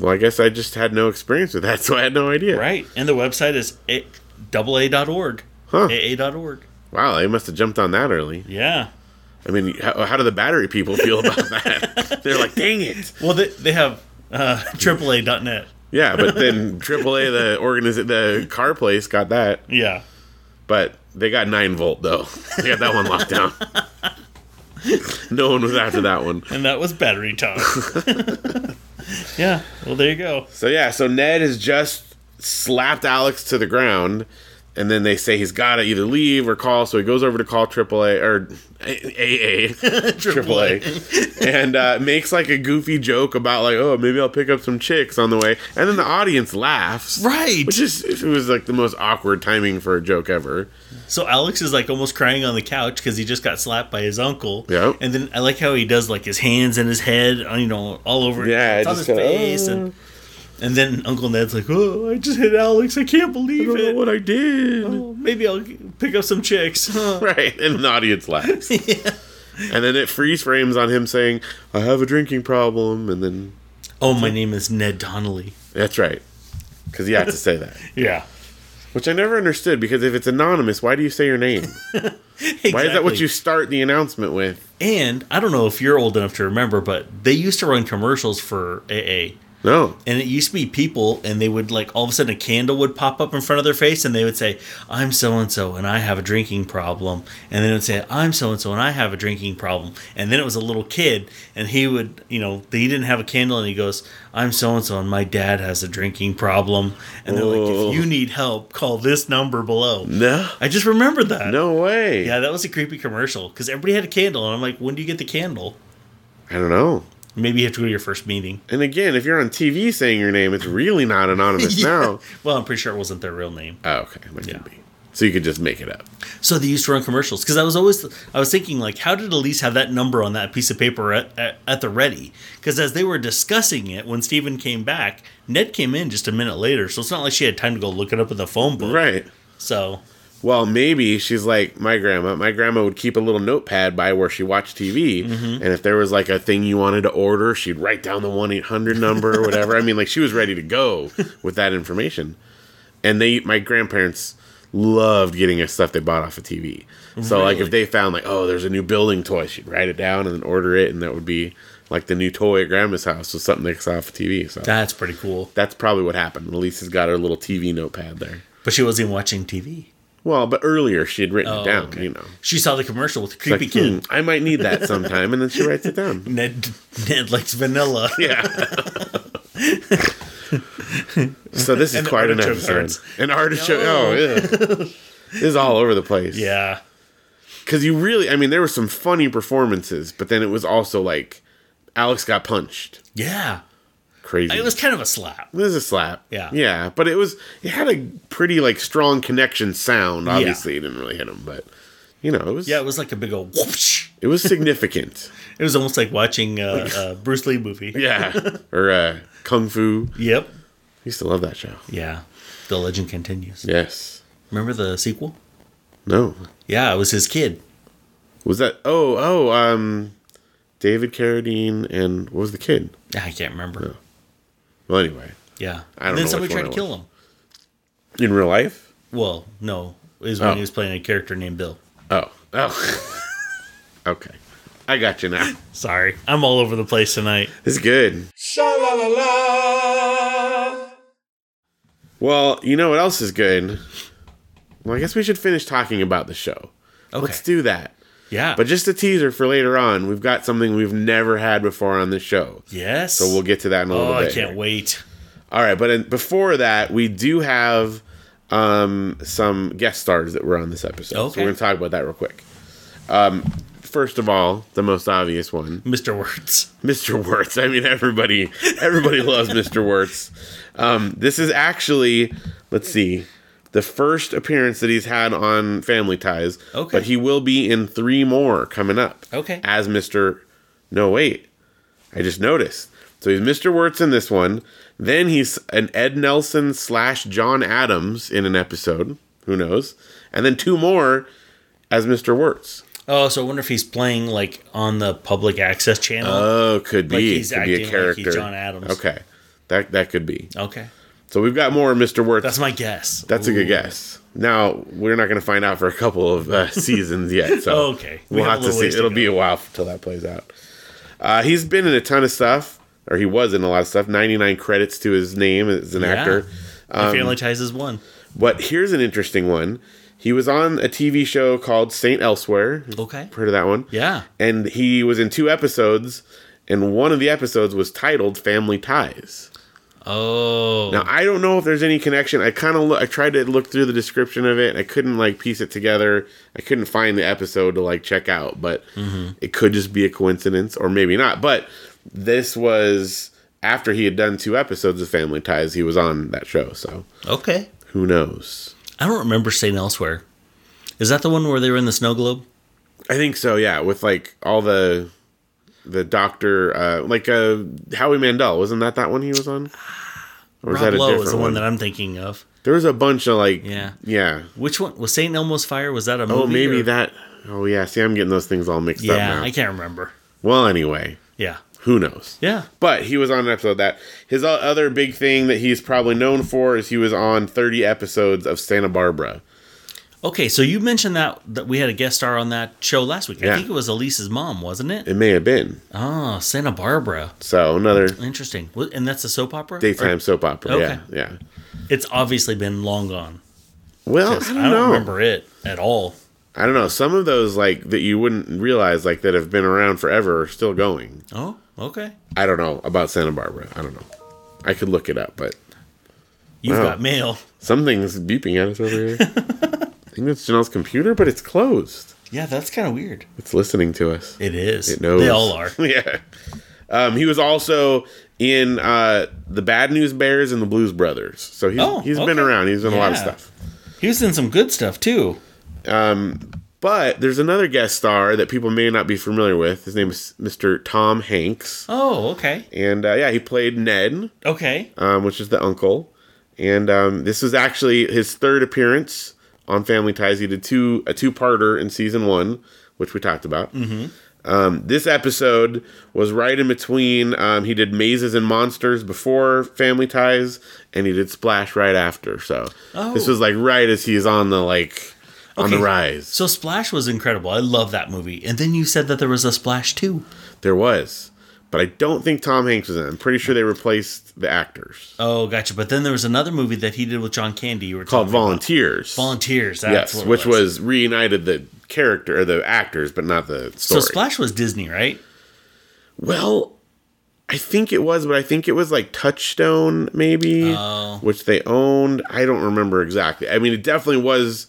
Speaker 2: Well, I guess I just had no experience with that, so I had no idea.
Speaker 3: right? And the website is a- AA.org.
Speaker 2: Huh.
Speaker 3: AA.org.
Speaker 2: Wow, they must have jumped on that early.
Speaker 3: Yeah.
Speaker 2: I mean, how, how do the battery people feel about that? They're like, dang it.
Speaker 3: Well, they, they have uh, AAA.net.
Speaker 2: Yeah, but then AAA, the organiz- the car place, got that,
Speaker 3: Yeah.
Speaker 2: but they got nine volt though. They got that one locked down. no one was after that one.
Speaker 3: And that was battery talk. yeah. Well, there you go.
Speaker 2: So yeah, so Ned has just slapped Alex to the ground, and then they say he's got to either leave or call. So he goes over to call AAA or AA, AAA, and uh, makes like a goofy joke about like, oh, maybe I'll pick up some chicks on the way, and then the audience laughs.
Speaker 3: Right.
Speaker 2: Which is it was like the most awkward timing for a joke ever.
Speaker 3: So Alex is like almost crying on the couch because he just got slapped by his uncle.
Speaker 2: Yep.
Speaker 3: And then I like how he does like his hands and his head, uh, you know, all over.
Speaker 2: Yeah,
Speaker 3: it's on his
Speaker 2: just kinda, uh.
Speaker 3: face, and and then Uncle Ned's like, "Oh, I just hit Alex. I can't believe
Speaker 2: I don't know
Speaker 3: it.
Speaker 2: what I did.
Speaker 3: Oh, maybe I'll g- pick up some chicks."
Speaker 2: Right, and the audience laughs. And then it freeze frames on him saying, "I have a drinking problem," and then
Speaker 3: oh, my name is Ned Donnelly.
Speaker 2: that's right, because you have to say that.
Speaker 3: Yeah.
Speaker 2: Which I never understood because if it's anonymous, why do you say your name? Why is that what you start the announcement with?
Speaker 3: And I don't know if you're old enough to remember, but they used to run commercials for AA.
Speaker 2: No.
Speaker 3: And it used to be people, and they would like all of a sudden a candle would pop up in front of their face, and they would say, "I'm so and so, and I have a drinking problem," and then it would say, "I'm so and so, and I have a drinking problem," and then it was a little kid, and he would, you know, he didn't have a candle, and he goes, "I'm so and so, and my dad has a drinking problem," and they're like,
Speaker 2: Whoa.
Speaker 3: "If you need help, call this number below."
Speaker 2: No.
Speaker 3: I just remembered that.
Speaker 2: No way.
Speaker 3: Yeah, that was a creepy commercial because everybody had a candle, and I'm like, "When do you get the candle?"
Speaker 2: I don't know.
Speaker 3: Maybe you have to go to your first meeting.
Speaker 2: And again, if you're on TV saying your name, it's really not anonymous now.
Speaker 3: Well, I'm pretty sure it wasn't their real name.
Speaker 2: Oh, okay. That
Speaker 3: Yeah.
Speaker 2: could be. So you could just make it up.
Speaker 3: So they used to run commercials because I was always I was thinking like, how did Elise have that number on that piece of paper at, at, at the ready? Because as they were discussing it, when Steven came back, Ned came in just a minute later, so it's not like she had time to go look it up in the phone book.
Speaker 2: Right.
Speaker 3: So
Speaker 2: Well, maybe she's like my grandma. My grandma would keep a little notepad by where she watched TV,
Speaker 3: Mm-hmm.
Speaker 2: and if there was like a thing you wanted to order, she'd write down the one eight hundred number or whatever. I mean, like she was ready to go with that information. And they, my grandparents, loved getting us stuff they bought off of TV. So like if they found like oh there's a new building toy, she'd write it down and then order it, and that would be like the new toy at grandma's house was something they saw off of TV. So
Speaker 3: that's pretty cool.
Speaker 2: that's probably what happened. Elisa's got her little TV notepad there.
Speaker 3: But she wasn't even watching TV.
Speaker 2: Well, but earlier she had written
Speaker 3: Oh,
Speaker 2: it down,
Speaker 3: okay.
Speaker 2: you know.
Speaker 3: She saw the commercial with the
Speaker 2: It's
Speaker 3: creepy
Speaker 2: like,
Speaker 3: kid.
Speaker 2: "Hmm, I might need that sometime, and then she writes it down.
Speaker 3: Ned Ned likes vanilla.
Speaker 2: Yeah. so this is
Speaker 3: And
Speaker 2: quite an
Speaker 3: artichoke
Speaker 2: episode.
Speaker 3: hearts.
Speaker 2: An artichoke. Oh, yeah. This is all over the place.
Speaker 3: yeah.
Speaker 2: Because you really, I mean, there were some funny performances, but then it was also like Alex got punched.
Speaker 3: Yeah.
Speaker 2: Crazy.
Speaker 3: It was kind of a slap.
Speaker 2: It was a slap.
Speaker 3: Yeah.
Speaker 2: Yeah. But it was, it had a pretty like strong connection sound. Obviously, it didn't really hit him, but you know, it was,
Speaker 3: Yeah, it was like a big old whoosh.
Speaker 2: it was significant.
Speaker 3: It was almost like watching a, a Bruce Lee movie.
Speaker 2: yeah. Or uh, Kung Fu.
Speaker 3: Yep.
Speaker 2: I used to love that show.
Speaker 3: Yeah. The legend continues.
Speaker 2: Yes.
Speaker 3: Remember the sequel?
Speaker 2: No.
Speaker 3: Yeah, it was his kid.
Speaker 2: Was that oh oh um David Carradine and what was the kid?
Speaker 3: Ah, I can't remember.
Speaker 2: Well anyway.
Speaker 3: Yeah.
Speaker 2: I
Speaker 3: and
Speaker 2: don't
Speaker 3: then
Speaker 2: know
Speaker 3: somebody
Speaker 2: which
Speaker 3: tried
Speaker 2: one
Speaker 3: to
Speaker 2: it
Speaker 3: kill him.
Speaker 2: In real life?
Speaker 3: Well, no. It was when
Speaker 2: Oh.
Speaker 3: he was playing a character named Bill.
Speaker 2: Oh. Oh. okay. I got you now.
Speaker 3: Sorry. I'm all over the place tonight.
Speaker 2: It's good.
Speaker 1: Sha la la la.
Speaker 2: Well, you know what else is good? Well, I guess we should finish talking about the show.
Speaker 3: Okay.
Speaker 2: Let's do that.
Speaker 3: yeah.
Speaker 2: But just a teaser for later on, we've got something we've never had before on this show.
Speaker 3: yes.
Speaker 2: So we'll get to that in a
Speaker 3: Oh,
Speaker 2: little
Speaker 3: I
Speaker 2: bit.
Speaker 3: can't wait.
Speaker 2: All right, but in, before that, we do have um, some guest stars that were on this episode. So
Speaker 3: Okay.
Speaker 2: we're going to talk about that real quick. Um, first of all, the most obvious one,
Speaker 3: Mr. Words.
Speaker 2: Mr. Wirtz. I mean, everybody, everybody loves Mr. Wirtz. Um, this is actually, let's see, the first appearance that he's had on Family Ties.
Speaker 3: Okay.
Speaker 2: But he will be in three more coming up.
Speaker 3: Okay.
Speaker 2: As Mr. No wait, I just noticed. So he's Mr. Wirtz in this one. Then he's an Ed Nelson slash John Adams in an episode. Who knows? And then two more as Mr. Wirtz.
Speaker 3: Oh, so I wonder if he's playing like on the public access channel.
Speaker 2: Oh, could be.
Speaker 3: Like he's
Speaker 2: could be a
Speaker 3: acting like
Speaker 2: character.
Speaker 3: he's John Adams.
Speaker 2: Okay. That that could be.
Speaker 3: okay.
Speaker 2: So we've got more Mr. Wirtz.
Speaker 3: That's my guess.
Speaker 2: That's a good guess. Now we're not going to find out for a couple of uh, seasons yet, so
Speaker 3: Okay. We
Speaker 2: we'll
Speaker 3: have a
Speaker 2: have, to
Speaker 3: little
Speaker 2: see.
Speaker 3: ways to
Speaker 2: It'll
Speaker 3: go.
Speaker 2: be a while till that plays out. Uh, he's been in a ton of stuff, or he was in a lot of stuff. Ninety nine credits to his name as an
Speaker 3: Yeah.
Speaker 2: actor. Um,
Speaker 3: My family ties is one.
Speaker 2: But here's an interesting one. He was on a TV show called Saint Elsewhere.
Speaker 3: Okay.
Speaker 2: Heard of that one?
Speaker 3: Yeah.
Speaker 2: And he was in two episodes, and one of the episodes was titled "Family Ties."
Speaker 3: Oh.
Speaker 2: Now I don't know if there's any connection. I kind of look, I tried to look through the description of it. And I couldn't like piece it together. I couldn't find the episode to like check out, but it could just be a coincidence or maybe not. But this was after he had done two episodes of Family Ties. He was on that show, so
Speaker 3: Okay.
Speaker 2: who knows?
Speaker 3: I don't remember St. Elsewhere. Is that the one where they were in the snow globe?
Speaker 2: I think so. Yeah, with like all the the doctor, uh, like uh, Howie Mandel, wasn't that that one he was on? Or
Speaker 3: Rob
Speaker 2: was that a
Speaker 3: Lowe
Speaker 2: different
Speaker 3: is the one,
Speaker 2: one?
Speaker 3: that I'm thinking of.
Speaker 2: there was a bunch of like,
Speaker 3: Yeah.
Speaker 2: yeah.
Speaker 3: Which one was St. Elmo's Fire? Was that a movie?
Speaker 2: Oh, maybe
Speaker 3: or-
Speaker 2: that. Oh, yeah. See, I'm getting those things all mixed up
Speaker 3: Yeah,
Speaker 2: now.
Speaker 3: I can't remember.
Speaker 2: Well, anyway,
Speaker 3: Yeah,
Speaker 2: who knows?
Speaker 3: yeah.
Speaker 2: But he was on an episode of that his o- other big thing that he's probably known for is he was on 30 episodes of Santa Barbara.
Speaker 3: Okay, so you mentioned that that we had a guest star on that show last week. I
Speaker 2: Yeah.
Speaker 3: think it was Elise's mom, wasn't it?
Speaker 2: It may have been.
Speaker 3: Oh, Santa Barbara.
Speaker 2: So another
Speaker 3: Interesting. What- And that's a soap opera.
Speaker 2: daytime
Speaker 3: Or-
Speaker 2: soap opera.
Speaker 3: Okay.
Speaker 2: Yeah, yeah.
Speaker 3: It's obviously been long gone.
Speaker 2: Well, I
Speaker 3: 'cause
Speaker 2: don't,
Speaker 3: I don't
Speaker 2: know.
Speaker 3: remember it at all.
Speaker 2: I don't know. Some of those like that you wouldn't realize like that have been around forever are still going.
Speaker 3: Oh, okay.
Speaker 2: I don't know about Santa Barbara. I don't know. I could look it up, but
Speaker 3: You've
Speaker 2: Wow.
Speaker 3: got mail.
Speaker 2: something's beeping at us over here. I think it's Janelle's computer, but it's closed.
Speaker 3: Yeah, that's kind of weird.
Speaker 2: It's listening to us.
Speaker 3: It is.
Speaker 2: It knows.
Speaker 3: They all are.
Speaker 2: yeah. Um, he was also in uh, the Bad News Bears and the Blues Brothers. So he's,
Speaker 3: Oh,
Speaker 2: he's been
Speaker 3: okay.
Speaker 2: around. He's done a lot of
Speaker 3: Yeah.
Speaker 2: stuff.
Speaker 3: He was in some good stuff too.
Speaker 2: But there's another guest star that people may not be familiar with. His name is Mr. Tom Hanks.
Speaker 3: Oh, okay.
Speaker 2: And uh, yeah, he played Ned,
Speaker 3: Okay.
Speaker 2: um, which is the uncle. And um, this was actually his third appearance on Family Ties. He did two a two parter in season one, which we talked about. Mm-hmm. Um, this episode was right in between. Um, he did Mazes and Monsters before Family Ties, and he did Splash right after. So this
Speaker 3: Oh.
Speaker 2: was like right as he's on the like on the
Speaker 3: Okay.
Speaker 2: rise.
Speaker 3: So Splash was incredible. I love that movie. And then you said that there was a Splash too.
Speaker 2: There was, but I don't think Tom Hanks was in. it. I'm pretty sure they replaced the actors
Speaker 3: Oh, gotcha. But then there was another movie that he did with John Candy. You were telling
Speaker 2: called
Speaker 3: me about.
Speaker 2: Volunteers.
Speaker 3: Oh Volunteers. That's
Speaker 2: yes,
Speaker 3: what it
Speaker 2: which was. reunited the character or the actors, but not the
Speaker 3: so
Speaker 2: story.
Speaker 3: Splash was Disney, right?
Speaker 2: well, I think it was, but I think it was like Touchstone, maybe,
Speaker 3: Oh.
Speaker 2: which they owned. I don't remember exactly. I mean, it definitely was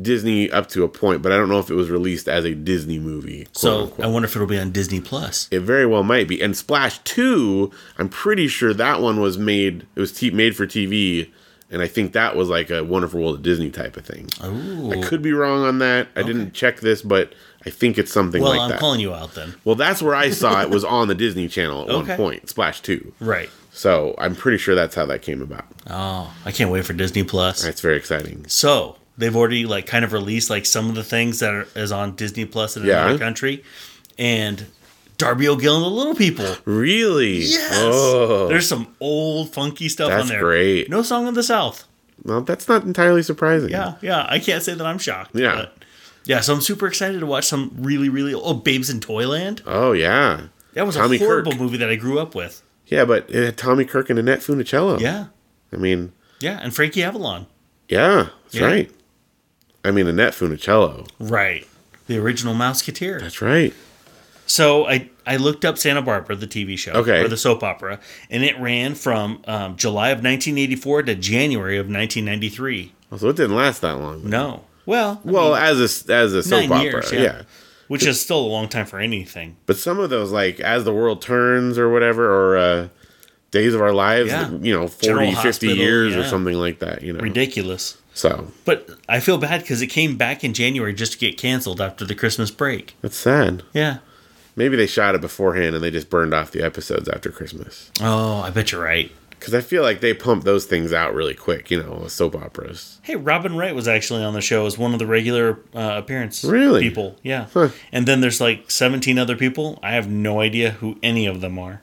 Speaker 2: Disney up to a point, but I don't know if it was released as a Disney movie. quote
Speaker 3: So
Speaker 2: unquote.
Speaker 3: I wonder if it'll be on Disney Plus.
Speaker 2: It very well might be. And Splash Two, I'm pretty sure that one was made. It was t- made for TV, and I think that was like a Wonderful World of Disney type of thing.
Speaker 3: Ooh.
Speaker 2: I could be wrong on that. I didn't check this, but I think it's something
Speaker 3: well,
Speaker 2: like
Speaker 3: I'm
Speaker 2: that.
Speaker 3: calling you out then.
Speaker 2: well, that's where I saw it was on the Disney Channel at
Speaker 3: Okay.
Speaker 2: one point. Splash Two.
Speaker 3: Right.
Speaker 2: So I'm pretty sure that's how that came about.
Speaker 3: Oh, I can't wait for Disney Plus.
Speaker 2: That's very exciting.
Speaker 3: So they've already like kind of released like some of the things that are is on Disney Plus in
Speaker 2: Yeah.
Speaker 3: another country, and Darby O'Gill and the Little People.
Speaker 2: Really?
Speaker 3: Yes.
Speaker 2: Oh,
Speaker 3: There's some old funky stuff on
Speaker 2: That's
Speaker 3: there.
Speaker 2: great.
Speaker 3: No song of the South.
Speaker 2: well, that's not entirely surprising.
Speaker 3: Yeah, yeah. I can't say that I'm shocked.
Speaker 2: Yeah.
Speaker 3: yeah, so I'm super excited to watch some really, really oh Babes in Toyland.
Speaker 2: Oh yeah.
Speaker 3: That was
Speaker 2: Tommy
Speaker 3: a horrible
Speaker 2: Kirk.
Speaker 3: movie that I grew up with.
Speaker 2: Yeah, but it had Tommy Kirk and Annette Funicello.
Speaker 3: Yeah.
Speaker 2: I mean,
Speaker 3: Yeah, and Frankie Avalon.
Speaker 2: Yeah, that's
Speaker 3: Yeah.
Speaker 2: right. I mean, Annette Funicello.
Speaker 3: Right. The original Mouseketeer.
Speaker 2: That's right.
Speaker 3: So I I looked up Santa Barbara, the TV show,
Speaker 2: Okay.
Speaker 3: or the soap opera, and it ran from um, July of 1984 to January of 1993.
Speaker 2: So it didn't last that long.
Speaker 3: No, well, I
Speaker 2: Well,
Speaker 3: mean,
Speaker 2: as a as a soap
Speaker 3: Nine
Speaker 2: opera,
Speaker 3: years,
Speaker 2: yeah.
Speaker 3: yeah. which is still a long time for anything.
Speaker 2: But some of those, like As the World Turns or whatever, or uh, Days of Our Lives,
Speaker 3: Yeah.
Speaker 2: you know, 40,
Speaker 3: General
Speaker 2: 50
Speaker 3: Hospital,
Speaker 2: years or
Speaker 3: yeah.
Speaker 2: something like that, you know.
Speaker 3: Ridiculous.
Speaker 2: So
Speaker 3: But I feel bad because it came back in January just to get canceled after the Christmas break.
Speaker 2: that's sad.
Speaker 3: Yeah.
Speaker 2: Maybe they shot it beforehand and they just burned off the episodes after Christmas.
Speaker 3: Oh, I bet you're right.
Speaker 2: Because I feel like they pump those things out really quick, you know, with soap operas.
Speaker 3: Hey, Robin Wright was actually on the show as one of the regular uh, appearance
Speaker 2: Really?
Speaker 3: people. Yeah.
Speaker 2: Huh.
Speaker 3: And then there's like 17 other people. I have no idea who any of them are.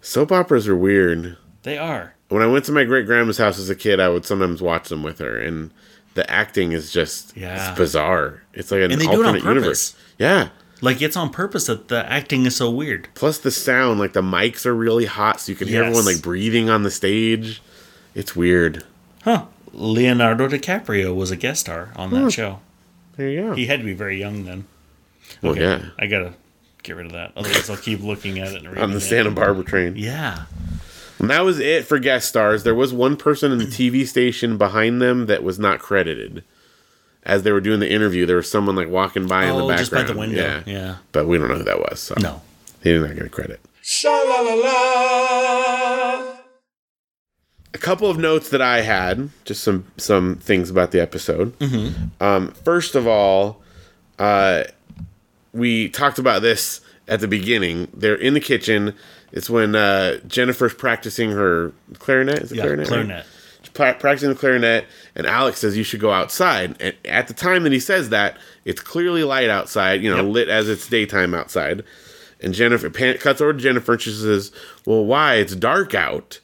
Speaker 2: Soap operas are weird.
Speaker 3: They are.
Speaker 2: when I went to my great grandma's house as a kid, I would sometimes watch them with her, and the acting is just
Speaker 3: Yeah.
Speaker 2: it's bizarre. It's like an
Speaker 3: And they do it on
Speaker 2: alternate universe.
Speaker 3: purpose.
Speaker 2: Yeah.
Speaker 3: Like it's on purpose that the acting is so weird.
Speaker 2: Plus the sound, like the mics are really hot, so you can hear everyone
Speaker 3: Yes.
Speaker 2: like breathing on the stage. It's weird.
Speaker 3: Huh. Leonardo DiCaprio was a guest star on
Speaker 2: Hmm.
Speaker 3: that show.
Speaker 2: There you go.
Speaker 3: He had to be very young then.
Speaker 2: well, Oh, yeah.
Speaker 3: I gotta get rid of that. Otherwise I'll keep looking at it and reading
Speaker 2: On the
Speaker 3: it.
Speaker 2: Santa Barbara train.
Speaker 3: Yeah.
Speaker 2: And that was it for guest stars. There was one person in the TV station behind them that was not credited. As they were doing the interview, there was someone like walking by in the
Speaker 3: Oh,
Speaker 2: background.
Speaker 3: just by the window.
Speaker 2: Yeah.
Speaker 3: yeah.
Speaker 2: But we don't know who that was. So
Speaker 3: No.
Speaker 2: He did not get a credit.
Speaker 1: Sha la la la.
Speaker 2: a couple of notes that I had, just some some things about the episode.
Speaker 3: Mm-hmm.
Speaker 2: Um, first of all, uh, we talked about this at the beginning. They're in the kitchen. It's when uh, Jennifer's practicing her clarinet. Is it
Speaker 3: Yeah.
Speaker 2: clarinet?
Speaker 3: Clarinet.
Speaker 2: right? pra- practicing the clarinet, and Alex says you should go outside. And at the time that he says that, it's clearly light outside, you know,
Speaker 3: Yep.
Speaker 2: lit as it's daytime outside. And Jennifer pan- cuts over to Jennifer, and she says, "Well, why? It's dark out."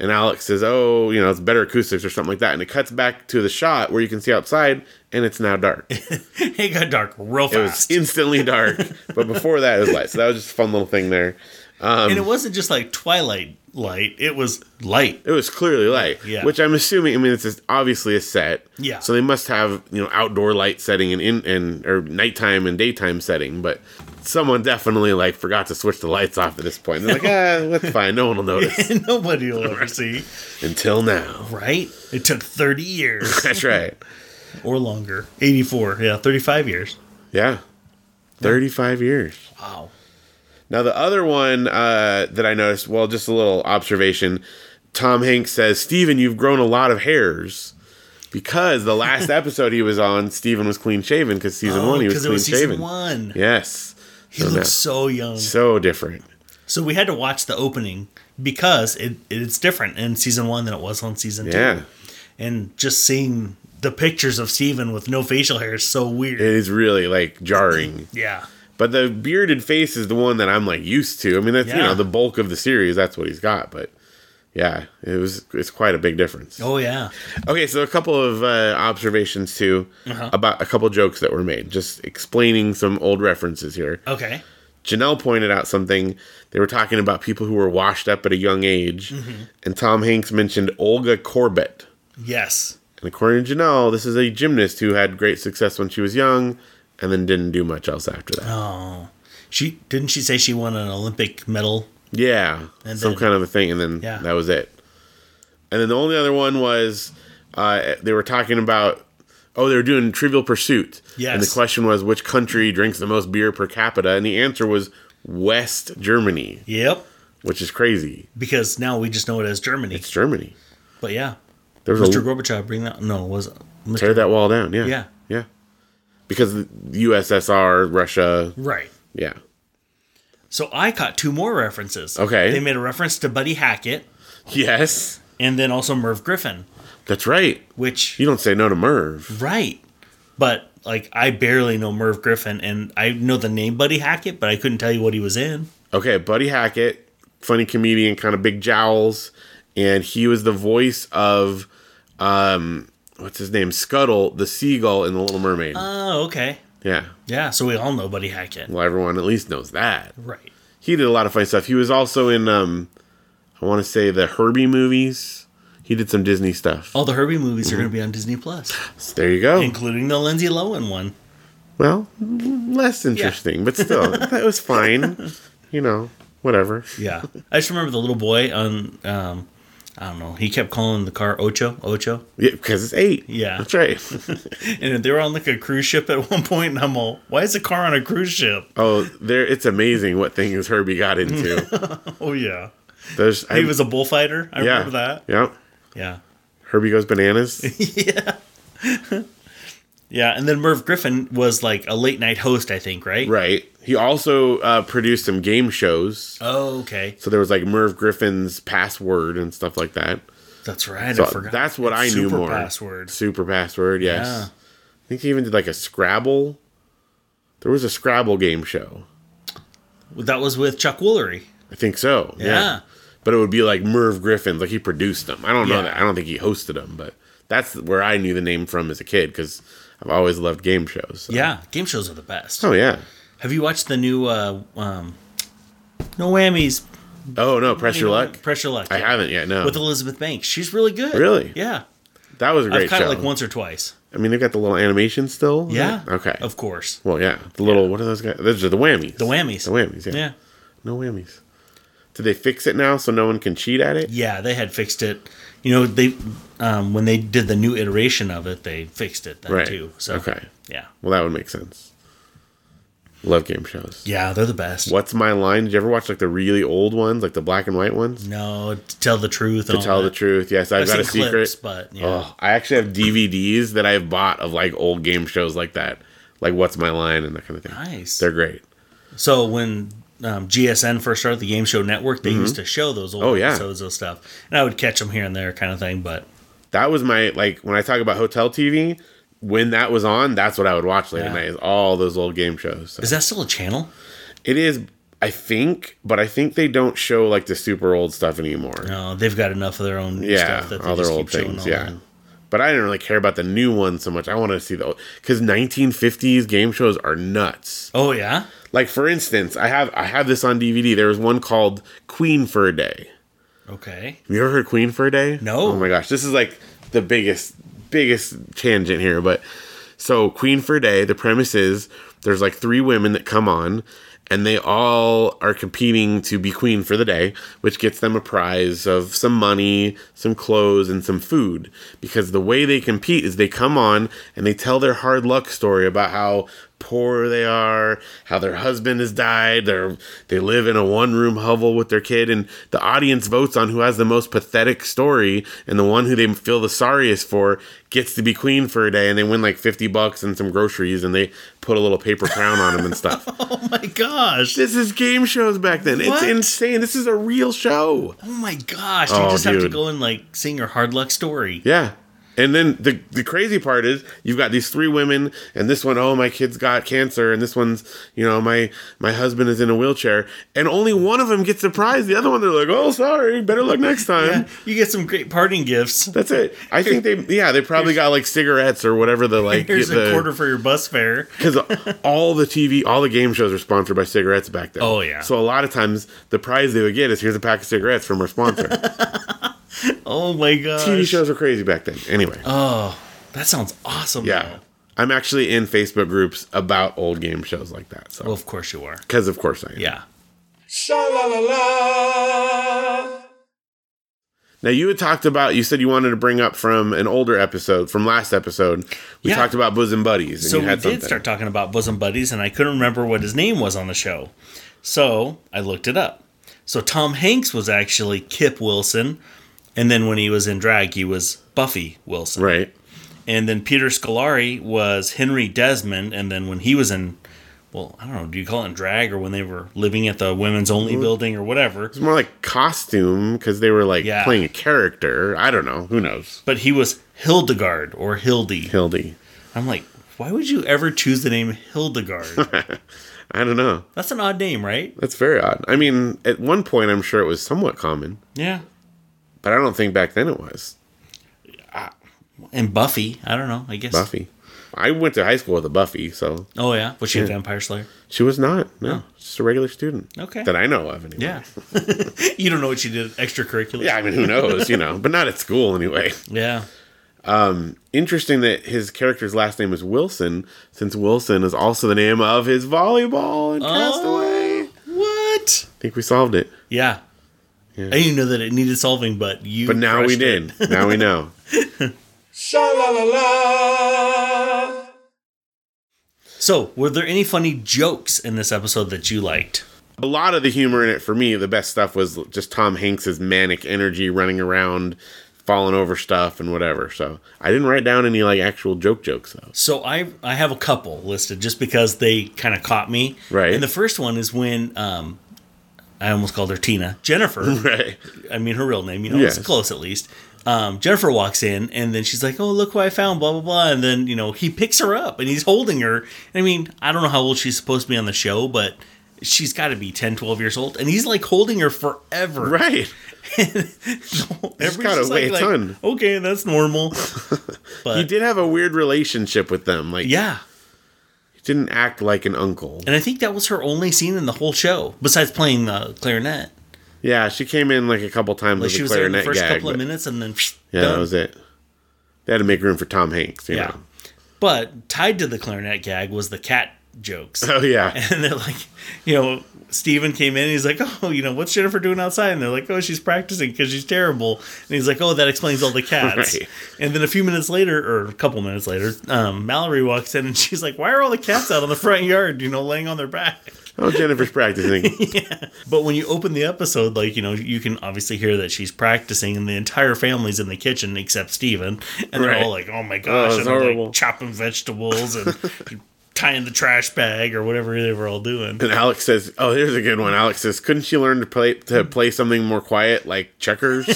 Speaker 2: and Alex says, "Oh, you know, it's better acoustics or something like that." And it cuts back to the shot where you can see outside, and it's now dark. It
Speaker 3: It got dark real
Speaker 2: was
Speaker 3: fast.
Speaker 2: instantly dark, but before that, it was light. So that was just a fun little thing there.
Speaker 3: and it wasn't just like twilight light, it was light.
Speaker 2: It was clearly light,
Speaker 3: Yeah.
Speaker 2: which I'm assuming. I mean, it's just obviously a set,
Speaker 3: Yeah.
Speaker 2: So they must have you know outdoor light setting and in and or nighttime and daytime setting, but someone definitely like forgot to switch the lights off at this point. They're like, ah, that's fine. No one will notice
Speaker 3: Nobody will ever see.
Speaker 2: until now.
Speaker 3: Right? It took 30 years
Speaker 2: That's right.
Speaker 3: or longer. 84. Yeah, 35 years.
Speaker 2: Yeah, thirty-five years.
Speaker 3: Wow.
Speaker 2: Now the other one uh, that I noticed, well, just a little observation. Tom Hanks says, "Steven, you've grown a lot of hairs." Because the last episode he was on, Steven was clean shaven because season one
Speaker 3: Oh,
Speaker 2: he was
Speaker 3: because it
Speaker 2: clean
Speaker 3: was season
Speaker 2: shaven.
Speaker 3: one.
Speaker 2: Yes.
Speaker 3: He
Speaker 2: So
Speaker 3: looks
Speaker 2: now-
Speaker 3: so young.
Speaker 2: so different.
Speaker 3: So we had to watch the opening because it, it's different in season one than it was on season
Speaker 2: Yeah.
Speaker 3: two. And just seeing the pictures of Steven with no facial hair is so weird.
Speaker 2: It is really like jarring.
Speaker 3: yeah.
Speaker 2: But the bearded face is the one that I'm like used to. I mean, that's you
Speaker 3: Yeah.
Speaker 2: know the bulk of the series. That's what he's got. But yeah, it was it's quite a big difference.
Speaker 3: Oh, yeah.
Speaker 2: Okay, so a couple of uh, observations too about a couple jokes that were made. Just explaining some old references here.
Speaker 3: Okay.
Speaker 2: Janelle pointed out something. They were talking about people who were washed up at a young age, and Tom Hanks mentioned Olga Corbett.
Speaker 3: Yes.
Speaker 2: And according to Janelle, this is a gymnast who had great success when she was young and then didn't do much else after that.
Speaker 3: Oh. She didn't she say she won an Olympic medal?
Speaker 2: Yeah.
Speaker 3: And
Speaker 2: some
Speaker 3: then-
Speaker 2: kind of a thing. And then
Speaker 3: Yeah.
Speaker 2: that was it. And then the only other one was uh, they were talking about, oh, they were doing Trivial Pursuit. And the
Speaker 3: Yes.
Speaker 2: question was, which country drinks the most beer per capita? And the answer was West Germany,
Speaker 3: Yep.
Speaker 2: which is crazy.
Speaker 3: Because now we just know it as Germany.
Speaker 2: It's Germany.
Speaker 3: But yeah.
Speaker 2: There was
Speaker 3: Mr.
Speaker 2: a
Speaker 3: Gorbachev bring that no, was it Mr.
Speaker 2: tear that wall down. Yeah.
Speaker 3: Yeah.
Speaker 2: Yeah. Because the USSR, Russia.
Speaker 3: Right.
Speaker 2: Yeah.
Speaker 3: So I caught two more references.
Speaker 2: Okay.
Speaker 3: They made a reference to Buddy Hackett
Speaker 2: Yes.
Speaker 3: and then also Merv Griffin,
Speaker 2: That's right.
Speaker 3: which
Speaker 2: You don't say no to Merv.
Speaker 3: right. But like I barely know Merv Griffin and I know the name Buddy Hackett, but I couldn't tell you what he was in.
Speaker 2: Okay, Buddy Hackett, funny comedian, kind of big jowls, and he was the voice of um what's his name? Scuttle, the seagull in The Little Mermaid.
Speaker 3: Oh, okay.
Speaker 2: yeah.
Speaker 3: Yeah, so we all know Buddy Hackett.
Speaker 2: Well, everyone at least knows that.
Speaker 3: Right.
Speaker 2: He did a lot of funny stuff. He was also in um I want to say the Herbie movies. He did some Disney stuff.
Speaker 3: All the Herbie movies are going to be on Disney Plus,
Speaker 2: So there you go.
Speaker 3: including the Lindsay Lohan one.
Speaker 2: Well, less interesting, but still, that was fine. You know, whatever.
Speaker 3: Yeah, I just remember the little boy on. Um, I don't know. He kept calling the car Ocho, Ocho,
Speaker 2: Yeah, because it's eight.
Speaker 3: Yeah.
Speaker 2: that's right.
Speaker 3: and they were on like a cruise ship at one point, and I'm all, "Why is a car on a cruise ship?"
Speaker 2: Oh, there! It's amazing what things Herbie got into.
Speaker 3: Oh yeah,
Speaker 2: There's, I,
Speaker 3: he was a bullfighter. I
Speaker 2: yeah,
Speaker 3: remember that.
Speaker 2: Yeah,
Speaker 3: Yeah,
Speaker 2: Herbie goes bananas.
Speaker 3: yeah. And then Merv Griffin was like a late night host, I think, right?
Speaker 2: right. He also uh, produced some game shows.
Speaker 3: Oh, okay.
Speaker 2: So there was like Merv Griffin's password and stuff like that.
Speaker 3: That's right.
Speaker 2: So
Speaker 3: I forgot.
Speaker 2: that's what I knew
Speaker 3: Super
Speaker 2: more.
Speaker 3: Password.
Speaker 2: Super password. Yes.
Speaker 3: Yeah.
Speaker 2: I think he even did like a Scrabble. There was a Scrabble game show.
Speaker 3: That was with Chuck Woolery.
Speaker 2: I think so. Yeah.
Speaker 3: Yeah.
Speaker 2: But it would be like Merv Griffin, like he produced them. I don't know
Speaker 3: Yeah.
Speaker 2: that. I don't think he hosted them, but that's where I knew the name from as a kid because I've always loved game shows. so.
Speaker 3: Yeah, game shows are the best.
Speaker 2: Oh yeah.
Speaker 3: Have you watched the new uh, um, No Whammies?
Speaker 2: Oh no, press your luck.
Speaker 3: Pressure luck.
Speaker 2: I
Speaker 3: yeah.
Speaker 2: haven't yet. No,
Speaker 3: with Elizabeth Banks. She's really good.
Speaker 2: Really?
Speaker 3: Yeah.
Speaker 2: that was a
Speaker 3: I've
Speaker 2: great
Speaker 3: caught
Speaker 2: show.
Speaker 3: it like once or twice.
Speaker 2: I mean, they've got the little animation still. right?
Speaker 3: Yeah.
Speaker 2: Okay.
Speaker 3: Of course.
Speaker 2: well, yeah. The little what are those guys? Those are the whammies.
Speaker 3: The whammies.
Speaker 2: The whammies. Yeah.
Speaker 3: Yeah.
Speaker 2: No whammies. Did they fix it now so no one can cheat at it?
Speaker 3: Yeah, they had fixed it. You know, they um, when they did the new iteration of it, they fixed it then
Speaker 2: Right.
Speaker 3: too. So
Speaker 2: Okay.
Speaker 3: yeah.
Speaker 2: Well, that would make sense. Love game shows.
Speaker 3: Yeah, they're the best.
Speaker 2: What's my line? Did you ever watch like the really old ones, like the black and white ones?
Speaker 3: No, to tell the truth.
Speaker 2: To tell the truth, yes, I've,
Speaker 3: I've
Speaker 2: got
Speaker 3: seen
Speaker 2: a secret.
Speaker 3: clips, but yeah.
Speaker 2: Oh, I actually have DVDs that I've bought of like old game shows like that, like What's My Line and that kind of thing.
Speaker 3: Nice.
Speaker 2: They're great.
Speaker 3: So when um, GSN first started the Game Show Network, they used to show those old
Speaker 2: Oh, yeah.
Speaker 3: episodes of stuff, and I would catch them here and there, kind of thing. But
Speaker 2: That was my like when I talk about hotel TV. When that was on, that's what I would watch late at
Speaker 3: Yeah.
Speaker 2: night. Is all those old game shows. So
Speaker 3: is that still a channel?
Speaker 2: it is I think, but I think they don't show like the super old stuff anymore.
Speaker 3: No, they've got enough of their own
Speaker 2: yeah,
Speaker 3: stuff that they
Speaker 2: all their
Speaker 3: just
Speaker 2: old
Speaker 3: keep showing
Speaker 2: things.
Speaker 3: on.
Speaker 2: Yeah. But I didn't really care about the new one so much. I want to see the because 1950s game shows are nuts.
Speaker 3: Oh yeah.
Speaker 2: Like for instance, I have I have this on DVD. There was one called Queen for a Day.
Speaker 3: Okay.
Speaker 2: Have you ever heard Queen for a Day?
Speaker 3: No.
Speaker 2: Oh my gosh, this is like the biggest biggest tangent here, but so Queen for a Day, the premise is there's like three women that come on and they all are competing to be queen for the day, which gets them a prize of some money, some clothes, and some food. Because the way they compete is they come on and they tell their hard luck story about how poor they are, how their husband has died, they're, they live in a one room hovel with their kid, and the audience votes on who has the most pathetic story, and the one who they feel the sorriest for gets to be queen for a day, and they win like 50 bucks and some groceries, and they put a little paper crown on them and stuff.
Speaker 3: Oh my gosh.
Speaker 2: This is game shows back then. It's
Speaker 3: What?
Speaker 2: insane. This is a real show.
Speaker 3: Oh my gosh. You
Speaker 2: Oh,
Speaker 3: just have to
Speaker 2: dude.
Speaker 3: go and like sing your hard luck story.
Speaker 2: Yeah. And then the the crazy part is you've got these three women and this one, oh my kid's got cancer and this one's, you know, my my husband is in a wheelchair and only one of them gets the prize. The other one they're like, "Oh, sorry, better luck next time."
Speaker 3: Yeah, you get some great parting gifts.
Speaker 2: That's it. I think they yeah, they probably got like cigarettes or whatever the like
Speaker 3: Here's
Speaker 2: the,
Speaker 3: a quarter for your bus fare.
Speaker 2: because all the TV, all the game shows are sponsored by cigarettes back then.
Speaker 3: Oh, yeah.
Speaker 2: So a lot of times the prize they would get is here's a pack of cigarettes from our sponsor.
Speaker 3: Oh my gosh.
Speaker 2: TV shows were crazy back then. Anyway,
Speaker 3: Oh, that sounds awesome.
Speaker 2: yeah,
Speaker 3: though.
Speaker 2: I'm actually in Facebook groups about old game shows like that. So
Speaker 3: Well, of course you are.
Speaker 2: because of course I am.
Speaker 3: Yeah.
Speaker 1: Sha-la-la-la.
Speaker 2: Now you had talked about you said you wanted to bring up from an older episode from last episode. We
Speaker 3: Yeah.
Speaker 2: talked about bosom buddies. And
Speaker 3: So
Speaker 2: you
Speaker 3: we
Speaker 2: had
Speaker 3: did
Speaker 2: something.
Speaker 3: start talking about bosom buddies, and I couldn't remember what his name was on the show, so I looked it up. So Tom Hanks was actually Kip Wilson, and then when he was in drag, he was Buffy Wilson.
Speaker 2: right.
Speaker 3: And then Peter Scolari was Henry Desmond, and then when he was in, well, I don't know, do you call it in drag or when they were living at the women's only
Speaker 2: Mm-hmm.
Speaker 3: building or whatever?
Speaker 2: It's more like costume because they were like
Speaker 3: Yeah.
Speaker 2: playing a character. I don't know. Who knows?
Speaker 3: But he was Hildegard or Hildy.
Speaker 2: Hildy.
Speaker 3: I'm like, why would you ever choose the name Hildegard?
Speaker 2: I don't know.
Speaker 3: That's an odd name, right?
Speaker 2: That's very odd. I mean, at one point, I'm sure it was somewhat common,
Speaker 3: Yeah.
Speaker 2: but I don't think back then it was.
Speaker 3: And Buffy, I don't know. I guess.
Speaker 2: Buffy. I went to high school with a Buffy, so
Speaker 3: Oh yeah, was she a vampire slayer?
Speaker 2: she was not. No, just a regular student.
Speaker 3: Oh. Okay.
Speaker 2: That I know of, anyway.
Speaker 3: Yeah. you don't know what she did extracurricular.
Speaker 2: Yeah, I mean, who knows, you know, but not at school anyway.
Speaker 3: Yeah.
Speaker 2: Interesting that his character's last name is Wilson, since Wilson is also the name of his volleyball
Speaker 3: Oh.
Speaker 2: and Castaway. I
Speaker 3: What?
Speaker 2: think we solved it.
Speaker 3: Yeah. I didn't know that it needed solving, but you.
Speaker 2: But now we
Speaker 3: crushed it.
Speaker 2: did. Now we know.
Speaker 1: Sha-la-la-la.
Speaker 3: So, were there any funny jokes in this episode that you liked?
Speaker 2: a lot of the humor in it for me, the best stuff was just Tom Hanks's manic energy running around, falling over stuff and whatever. So I didn't write down any like actual joke jokes though.
Speaker 3: So I I have a couple listed just because they kind of caught me.
Speaker 2: Right.
Speaker 3: And the first one is when um, I almost called her Tina Jennifer.
Speaker 2: Right.
Speaker 3: I mean, her real name, you know,
Speaker 2: Yes.
Speaker 3: it's close at least. Um, Jennifer walks in and then she's like, Oh, look who I found, blah, blah, blah. And then, you know, he picks her up and he's holding her. I mean, I don't know how old she's supposed to be on the show, but she's got to be 10, 12 years old. And he's like holding her forever.
Speaker 2: Right.
Speaker 3: Everybody's
Speaker 2: gotta
Speaker 3: just
Speaker 2: weigh a ton.
Speaker 3: Okay, that's normal.
Speaker 2: He did have a weird relationship with them. Like
Speaker 3: yeah.
Speaker 2: he didn't act like an uncle.
Speaker 3: And I think that was her only scene in the whole show, besides playing the clarinet.
Speaker 2: Yeah, she came in like a couple times
Speaker 3: Like
Speaker 2: with
Speaker 3: she
Speaker 2: a
Speaker 3: was there in the
Speaker 2: clarinet
Speaker 3: first
Speaker 2: gag.
Speaker 3: couple of
Speaker 2: but-
Speaker 3: minutes and then psh,
Speaker 2: yeah,
Speaker 3: done.
Speaker 2: that was it. They had to make room for Tom Hanks, you
Speaker 3: Yeah.
Speaker 2: know.
Speaker 3: But tied to the clarinet gag was the cat jokes.
Speaker 2: Oh yeah.
Speaker 3: and they're like, you know, Steven came in and he's like, oh, you know, what's Jennifer doing outside? And they're like, oh, she's practicing because she's terrible. And he's like, oh, that explains all the cats.
Speaker 2: Right.
Speaker 3: And then a few minutes later, or a couple minutes later, um, Mallory walks in and she's like, why are all the cats out on the front yard, you know, laying on their back?
Speaker 2: Oh, Jennifer's practicing.
Speaker 3: But when you open the episode, like, you know, you can obviously hear that she's practicing and the entire family's in the kitchen except Steven. And they're
Speaker 2: Right.
Speaker 3: all like, oh my gosh,
Speaker 2: it's
Speaker 3: and they're
Speaker 2: horrible.
Speaker 3: like chopping vegetables and tying the trash bag or whatever they were all doing.
Speaker 2: And Alex says, "Oh, here's a good one." Alex says, "Couldn't she learn to play to play something more quiet, like checkers?"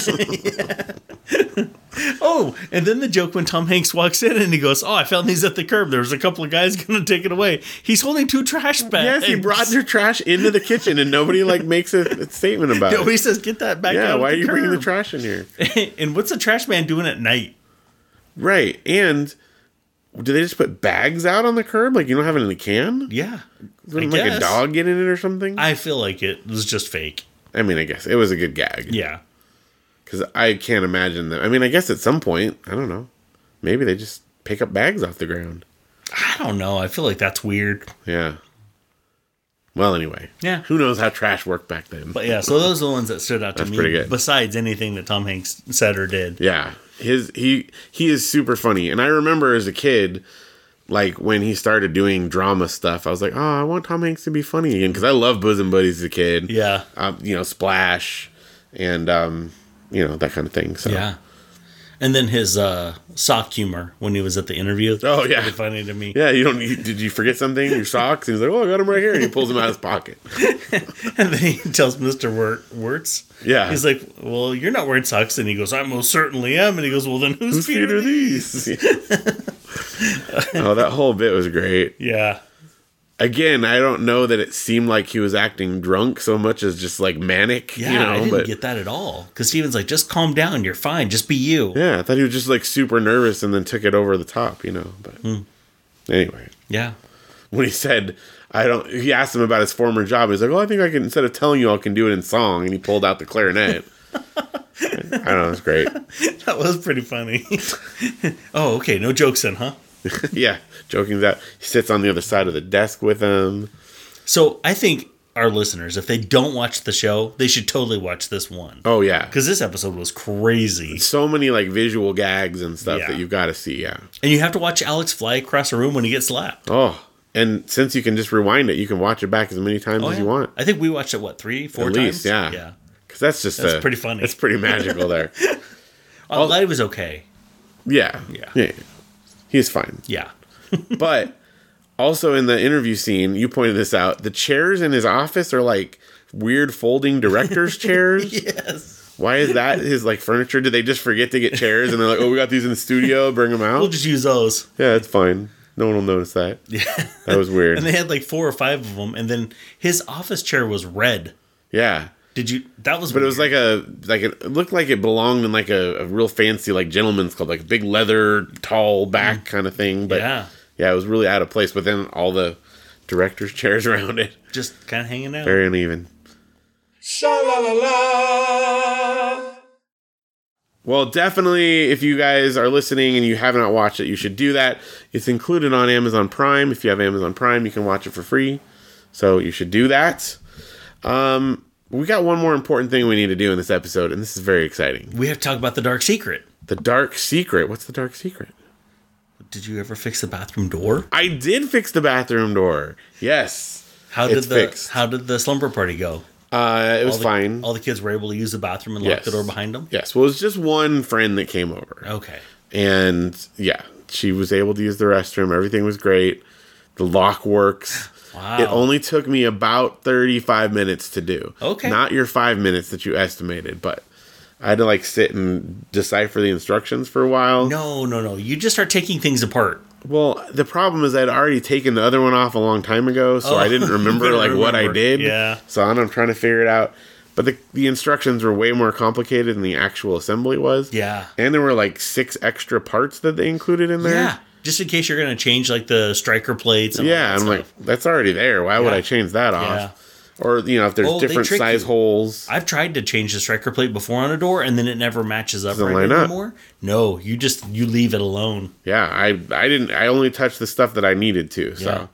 Speaker 3: Oh, and then the joke when Tom Hanks walks in and he goes, "Oh, I found these at the curb. There was a couple of guys going to take it away." He's holding two trash bags.
Speaker 2: Yes, he brought their trash into the kitchen and nobody like makes a, a statement about it.
Speaker 3: Nobody says, "Get that back."
Speaker 2: Yeah,
Speaker 3: out
Speaker 2: why are
Speaker 3: of
Speaker 2: you bringing the
Speaker 3: curb."
Speaker 2: trash in here?
Speaker 3: and what's a trash man doing at night?
Speaker 2: Right. And do they just put bags out on the curb? Like you don't have it in a can?
Speaker 3: Yeah,
Speaker 2: Wouldn't, like a
Speaker 3: guess.
Speaker 2: dog get in it or something? I,
Speaker 3: I feel like it was just fake.
Speaker 2: mean, I guess it was a good gag.
Speaker 3: Yeah,
Speaker 2: Because I can't imagine that. I mean, I guess at some point, I don't know. Maybe they just pick up bags off the ground.
Speaker 3: I don't know. I feel like that's weird.
Speaker 2: Yeah. Well, anyway.
Speaker 3: Yeah.
Speaker 2: Who knows how trash worked back then?
Speaker 3: But yeah, so those are the ones that stood out to me.
Speaker 2: pretty good.
Speaker 3: Besides anything that Tom Hanks said or did.
Speaker 2: Yeah, his he he is super funny, and I remember as a kid, like when he started doing drama stuff, I was like, oh, I want Tom Hanks to be funny again because I love bosom buddies as a kid.
Speaker 3: Yeah.
Speaker 2: um, you know Splash, and um, you know that kind of thing. So
Speaker 3: Yeah. And then his uh, sock humor when he was at the interview. That
Speaker 2: Oh,
Speaker 3: was
Speaker 2: yeah.
Speaker 3: pretty funny to me.
Speaker 2: Yeah, you don't. You, did you forget something? Your socks? And he's like, "Oh, I got them right here," and he pulls them out of his pocket.
Speaker 3: And then he tells Mr. Wert, Wertz.
Speaker 2: Yeah.
Speaker 3: He's like, Well, you're not wearing socks. And he goes, I most certainly am. And he goes, Well, then whose
Speaker 2: Whose
Speaker 3: feet are these?
Speaker 2: these? oh, that whole bit was great.
Speaker 3: Yeah.
Speaker 2: Again, I don't know that it seemed like he was acting drunk so much as just like manic.
Speaker 3: Yeah.
Speaker 2: you know,
Speaker 3: I didn't
Speaker 2: but
Speaker 3: get that at all. Because Steven's like, Just calm down. You're fine. Just be you.
Speaker 2: Yeah, I thought he was just like super nervous and then took it over the top, you know. But
Speaker 3: Hmm.
Speaker 2: anyway,
Speaker 3: Yeah.
Speaker 2: when he said, I don't, he asked him about his former job. He's like, Oh, I think I can, instead of telling you, I can do it in song. And he pulled out the clarinet. I don't know, it's great.
Speaker 3: That was pretty funny. oh, okay. No jokes then, huh?
Speaker 2: yeah, joking that he sits on the other side of the desk with him.
Speaker 3: So I think our listeners, if they don't watch the show, they should totally watch this one.
Speaker 2: Oh, yeah.
Speaker 3: Because this episode was crazy.
Speaker 2: So many like visual gags and stuff
Speaker 3: Yeah.
Speaker 2: that you've got to see. Yeah.
Speaker 3: And you have to watch Alex fly across a room when he gets slapped.
Speaker 2: Oh, and since you can just rewind it, you can watch it back as many
Speaker 3: Oh,
Speaker 2: times as you want.
Speaker 3: I think we watched it, what, three, four
Speaker 2: At
Speaker 3: times?
Speaker 2: least, yeah.
Speaker 3: Yeah.
Speaker 2: Because that's just
Speaker 3: That's
Speaker 2: uh,
Speaker 3: pretty funny.
Speaker 2: That's pretty magical there.
Speaker 3: I'm glad it was okay.
Speaker 2: Yeah.
Speaker 3: Yeah.
Speaker 2: Yeah. He's fine.
Speaker 3: Yeah.
Speaker 2: But also in the interview scene, you pointed this out. The chairs in his office are like weird folding director's chairs.
Speaker 3: Yes.
Speaker 2: Why is that his like furniture? Did they just forget to get chairs and they're like, oh, we got these in the studio, bring them out?
Speaker 3: We'll just use those.
Speaker 2: yeah, it's fine. No one will notice that. Yeah. That was weird.
Speaker 3: And they had like four or five of them. And then his office chair was red.
Speaker 2: yeah.
Speaker 3: Did you? That was.
Speaker 2: But it was like a like it it looked like it belonged in like a, a real fancy like gentleman's club, like a big leather tall back kind of thing. But
Speaker 3: Mm. Yeah.
Speaker 2: yeah, it was really out of place. But then all the directors' chairs around it.
Speaker 3: just kind of hanging out.
Speaker 2: Very uneven.
Speaker 1: Sha la la la.
Speaker 2: Well, definitely, if you guys are listening and you have not watched it, you should do that. It's included on Amazon Prime. If you have Amazon Prime, you can watch it for free. So you should do that. Um, we got one more important thing we need to do in this episode, and this is very exciting.
Speaker 3: We have to talk about the dark secret.
Speaker 2: The dark secret. What's the dark secret?
Speaker 3: Did you ever fix the bathroom door?
Speaker 2: I did fix the bathroom door. Yes.
Speaker 3: How did
Speaker 2: It's
Speaker 3: the
Speaker 2: fixed.
Speaker 3: How did the slumber party go?
Speaker 2: Uh, it was
Speaker 3: All the-
Speaker 2: fine.
Speaker 3: All the kids were able to use the bathroom and lock
Speaker 2: Yes.
Speaker 3: the door behind them.
Speaker 2: yes. Well, it was just one friend that came over.
Speaker 3: Okay.
Speaker 2: And yeah, she was able to use the restroom. Everything was great. The lock works.
Speaker 3: Wow.
Speaker 2: It only took me about 35 minutes to do.
Speaker 3: Okay.
Speaker 2: Not your five minutes that you estimated, but I had to like sit and decipher the instructions for a while.
Speaker 3: no, no, no. You just start taking things apart.
Speaker 2: Well, the problem is I'd already taken the other one off a long time ago, so
Speaker 3: Oh.
Speaker 2: I didn't remember
Speaker 3: Couldn't
Speaker 2: like what I
Speaker 3: remember.
Speaker 2: did.
Speaker 3: Yeah.
Speaker 2: So I don't- I'm trying to figure it out. But the, the instructions were way more complicated than the actual assembly was.
Speaker 3: Yeah.
Speaker 2: And there were like six extra parts that they included in there.
Speaker 3: Yeah. Just in case you're gonna change like the striker plates. And all
Speaker 2: Yeah,
Speaker 3: that
Speaker 2: I'm like,
Speaker 3: stuff.
Speaker 2: that's already there. Why would
Speaker 3: Yeah.
Speaker 2: I change that off? Or you know, if there's
Speaker 3: Oh, they
Speaker 2: different
Speaker 3: trick
Speaker 2: size
Speaker 3: you.
Speaker 2: holes.
Speaker 3: I've tried to change the striker plate before on a door, and then it never matches up
Speaker 2: Doesn't
Speaker 3: right
Speaker 2: line up.
Speaker 3: anymore. No, you just you leave it alone.
Speaker 2: Yeah, I I didn't. I only touched the stuff that I needed to. So,
Speaker 3: Yeah.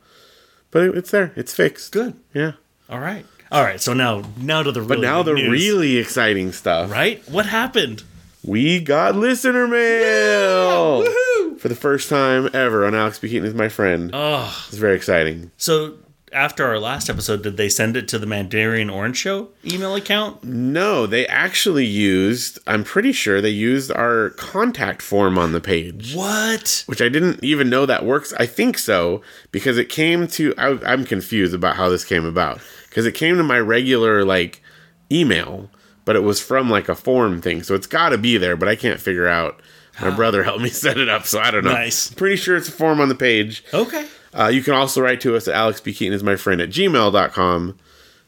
Speaker 2: but it, it's there. It's fixed.
Speaker 3: Good.
Speaker 2: Yeah.
Speaker 3: All right. All right. So now now to the
Speaker 2: But now the
Speaker 3: news.
Speaker 2: really exciting stuff.
Speaker 3: right. What happened?
Speaker 2: We got listener mail for the first time ever on Alex B. Keaton is my friend.
Speaker 3: Oh,
Speaker 2: It's very exciting.
Speaker 3: so after our last episode, did they send it to the Mandarin Orange Show email
Speaker 2: Mm.
Speaker 3: account?
Speaker 2: No, they actually used. I'm pretty sure they used our contact form on the page.
Speaker 3: What?
Speaker 2: which I didn't even know that works. I think so because it came to. I, I'm confused about how this came about because it came to my regular like email, but it was from like a form thing, so it's got to be there, but I can't figure out. My brother helped me set it up, so I don't know.
Speaker 3: Nice.
Speaker 2: Pretty sure it's a form on the page.
Speaker 3: Okay.
Speaker 2: Uh, you can also write to us at alexbkeatonismyfriend at gmail.com,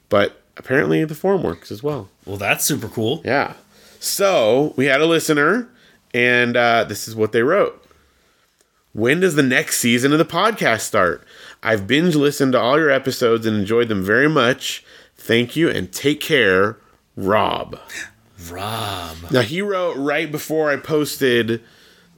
Speaker 2: but apparently the form works as well.
Speaker 3: Well, that's super cool.
Speaker 2: Yeah. So we had a listener, and uh, this is what they wrote. When does the next season of the podcast start? I've binge listened to all your episodes and enjoyed them very much. Thank you and take care, Rob.
Speaker 3: Rob.
Speaker 2: Now, he wrote right before I posted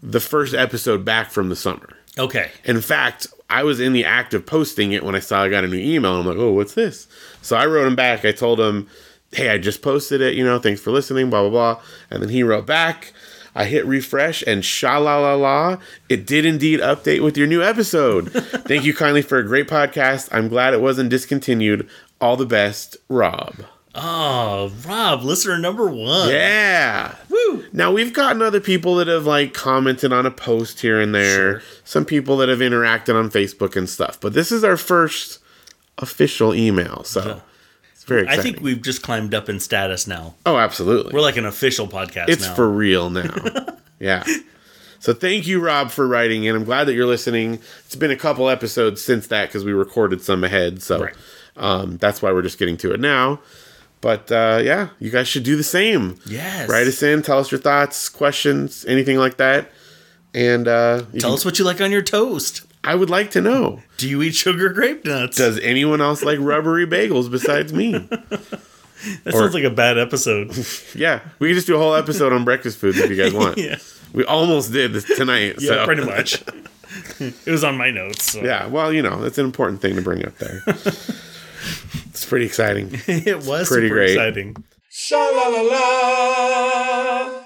Speaker 2: the first episode back from the summer.
Speaker 3: Okay.
Speaker 2: In fact, I was in the act of posting it when I saw I got a new email. I'm like, oh, what's this? So I wrote him back. I told him, hey, I just posted it. You know, thanks for listening, blah, blah, blah. And then he wrote back. I hit refresh and sha la la la, it did indeed update with your new episode. Thank you kindly for a great podcast. I'm glad it wasn't discontinued. All the best, Rob.
Speaker 3: Oh, Rob, listener number one.
Speaker 2: Yeah.
Speaker 3: Woo.
Speaker 2: Now we've gotten other people that have like commented on a post here and there. Some people that have interacted on Facebook and stuff. But this is our first official email, so it's very
Speaker 3: I
Speaker 2: exciting.
Speaker 3: think we've just climbed up in status now.
Speaker 2: oh, absolutely.
Speaker 3: We're like an official podcast
Speaker 2: It's
Speaker 3: now.
Speaker 2: for real now. yeah. So thank you, Rob, for writing, and I'm glad that you're listening. It's been a couple episodes since that because we recorded some ahead, so
Speaker 3: Right.
Speaker 2: um, that's why we're just getting to it now. But uh, yeah, you guys should do the same.
Speaker 3: Yes.
Speaker 2: Write us in, tell us your thoughts, questions, anything like that. And uh, you
Speaker 3: Tell
Speaker 2: can-
Speaker 3: us what you like on your toast.
Speaker 2: I would like to know
Speaker 3: Do you eat sugar grape nuts?
Speaker 2: does anyone else like rubbery bagels besides me?
Speaker 3: that
Speaker 2: or-
Speaker 3: sounds like a bad episode.
Speaker 2: Yeah, we could just do a whole episode on breakfast foods if you guys want.
Speaker 3: yeah.
Speaker 2: We almost did this tonight.
Speaker 3: Yeah,
Speaker 2: so.
Speaker 3: pretty much. it was on my notes. So.
Speaker 2: Yeah, well, you know, that's an important thing to bring up there. it's pretty exciting.
Speaker 3: it was
Speaker 2: pretty
Speaker 3: super
Speaker 2: great.
Speaker 3: exciting.
Speaker 1: sha la la la,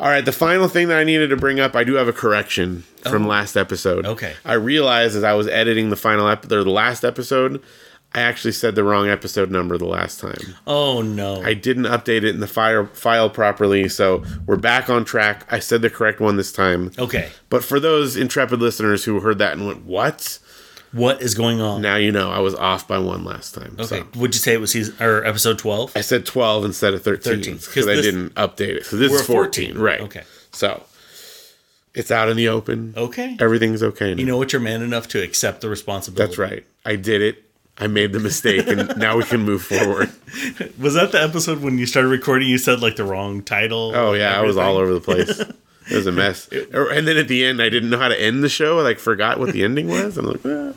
Speaker 2: All right, the final thing that I needed to bring up, I do have a correction
Speaker 1: Oh.
Speaker 2: from last episode.
Speaker 3: Okay.
Speaker 2: I realized as I was editing the final ep- or the last episode, I actually said the wrong episode number the last time.
Speaker 3: Oh no.
Speaker 2: I didn't update it in the fire file properly, so we're back on track. I said the correct one this time.
Speaker 3: okay.
Speaker 2: But for those intrepid listeners who heard that and went, "What?"
Speaker 3: What is going on?
Speaker 2: Now you know I was off by one last time.
Speaker 3: okay.
Speaker 2: So.
Speaker 3: Would you say it was season or episode twelve?
Speaker 2: I said 12 instead of 13
Speaker 3: 13, 'cause
Speaker 2: because I
Speaker 3: this-
Speaker 2: didn't update it. So this
Speaker 3: We're
Speaker 2: is 14,
Speaker 3: 14,
Speaker 2: right?
Speaker 3: okay.
Speaker 2: So it's out in the open.
Speaker 3: Okay.
Speaker 2: Everything's okay. Now.
Speaker 3: You know what? You're man enough to accept the responsibility.
Speaker 2: That's right. I did it. I made the mistake, and now we can move forward.
Speaker 3: Was that the episode when you started recording? You said like the wrong title.
Speaker 2: Oh yeah, I was all
Speaker 3: over.
Speaker 2: over the place. It was a mess. Or- And then at the end, I didn't know how to end the show. I like forgot what the ending was. I'm like, eh.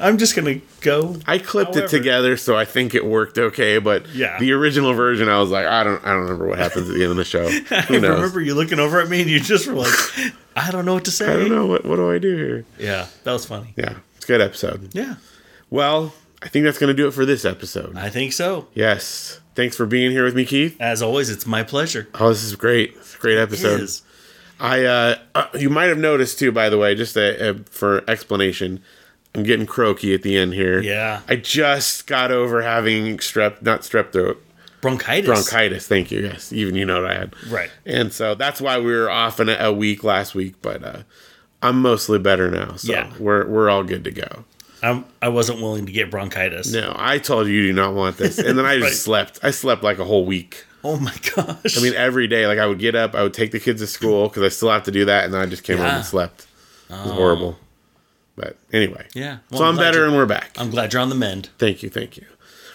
Speaker 3: I'm just gonna go.
Speaker 2: I clipped
Speaker 3: However-
Speaker 2: it together, so I think it worked okay. But
Speaker 3: Yeah.
Speaker 2: the original version, I was like, I don't, I don't remember what happens at the end of the show. Who
Speaker 3: I
Speaker 2: knows?
Speaker 3: remember you looking over at me and you just were like, "I don't know what to say."
Speaker 2: I don't know what, what do I do here.
Speaker 3: Yeah, that was funny.
Speaker 2: Yeah, it's a good episode.
Speaker 3: Yeah,
Speaker 2: Well, I think that's going to do it for this episode.
Speaker 3: I think so.
Speaker 2: Yes. Thanks for being here with me, Keith.
Speaker 3: As always, it's my pleasure.
Speaker 2: Oh, this is great. It's a great episode.
Speaker 3: Is-
Speaker 2: I uh, uh, you might have noticed too, by the way, just a, a, for explanation, I'm getting croaky at the end here.
Speaker 3: Yeah.
Speaker 2: I just got over having strep, not strep throat,
Speaker 3: bronchitis.
Speaker 2: bronchitis. Thank you. Yes, even you know what I had.
Speaker 3: Right.
Speaker 2: And so that's why we were off in a, a week last week, but uh, I'm mostly better now. So
Speaker 3: Yeah.
Speaker 2: we're we're all good to go.
Speaker 3: I'm, I wasn't willing to get bronchitis.
Speaker 2: No, I told you you do not want this, and then I just
Speaker 3: Right.
Speaker 2: slept. I slept like a whole week.
Speaker 3: Oh my gosh.
Speaker 2: I mean, every day, like I would get up, I would take the kids to school because I still have to do that, and then I just came home
Speaker 3: Yeah. Oh.
Speaker 2: and slept. It was horrible. But anyway,
Speaker 3: Yeah.
Speaker 2: so
Speaker 3: Well,
Speaker 2: I'm
Speaker 3: glad
Speaker 2: better,
Speaker 3: you-
Speaker 2: and we're back.
Speaker 3: I'm glad you're on the mend.
Speaker 2: Thank you, thank you.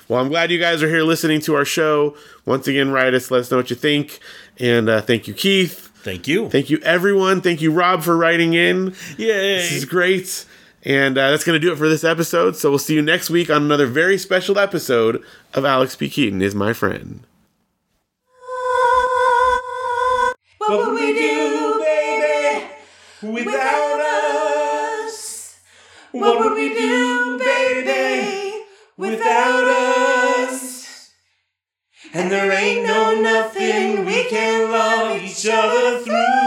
Speaker 2: Well, I'm glad you guys are here listening to our show. Once again, write us, let us know what you think, and uh, thank you, Keith.
Speaker 3: Thank you.
Speaker 2: Thank you, everyone. Thank you, Rob, for writing in. This
Speaker 3: Yay.
Speaker 2: is great. And uh, that's going to do it for this episode. So we'll see you next week on another very special episode of Alex P. Keaton is my friend.
Speaker 1: What would we do, baby, without us? What would we do, baby, without us? And there ain't no nothing we can love each other through.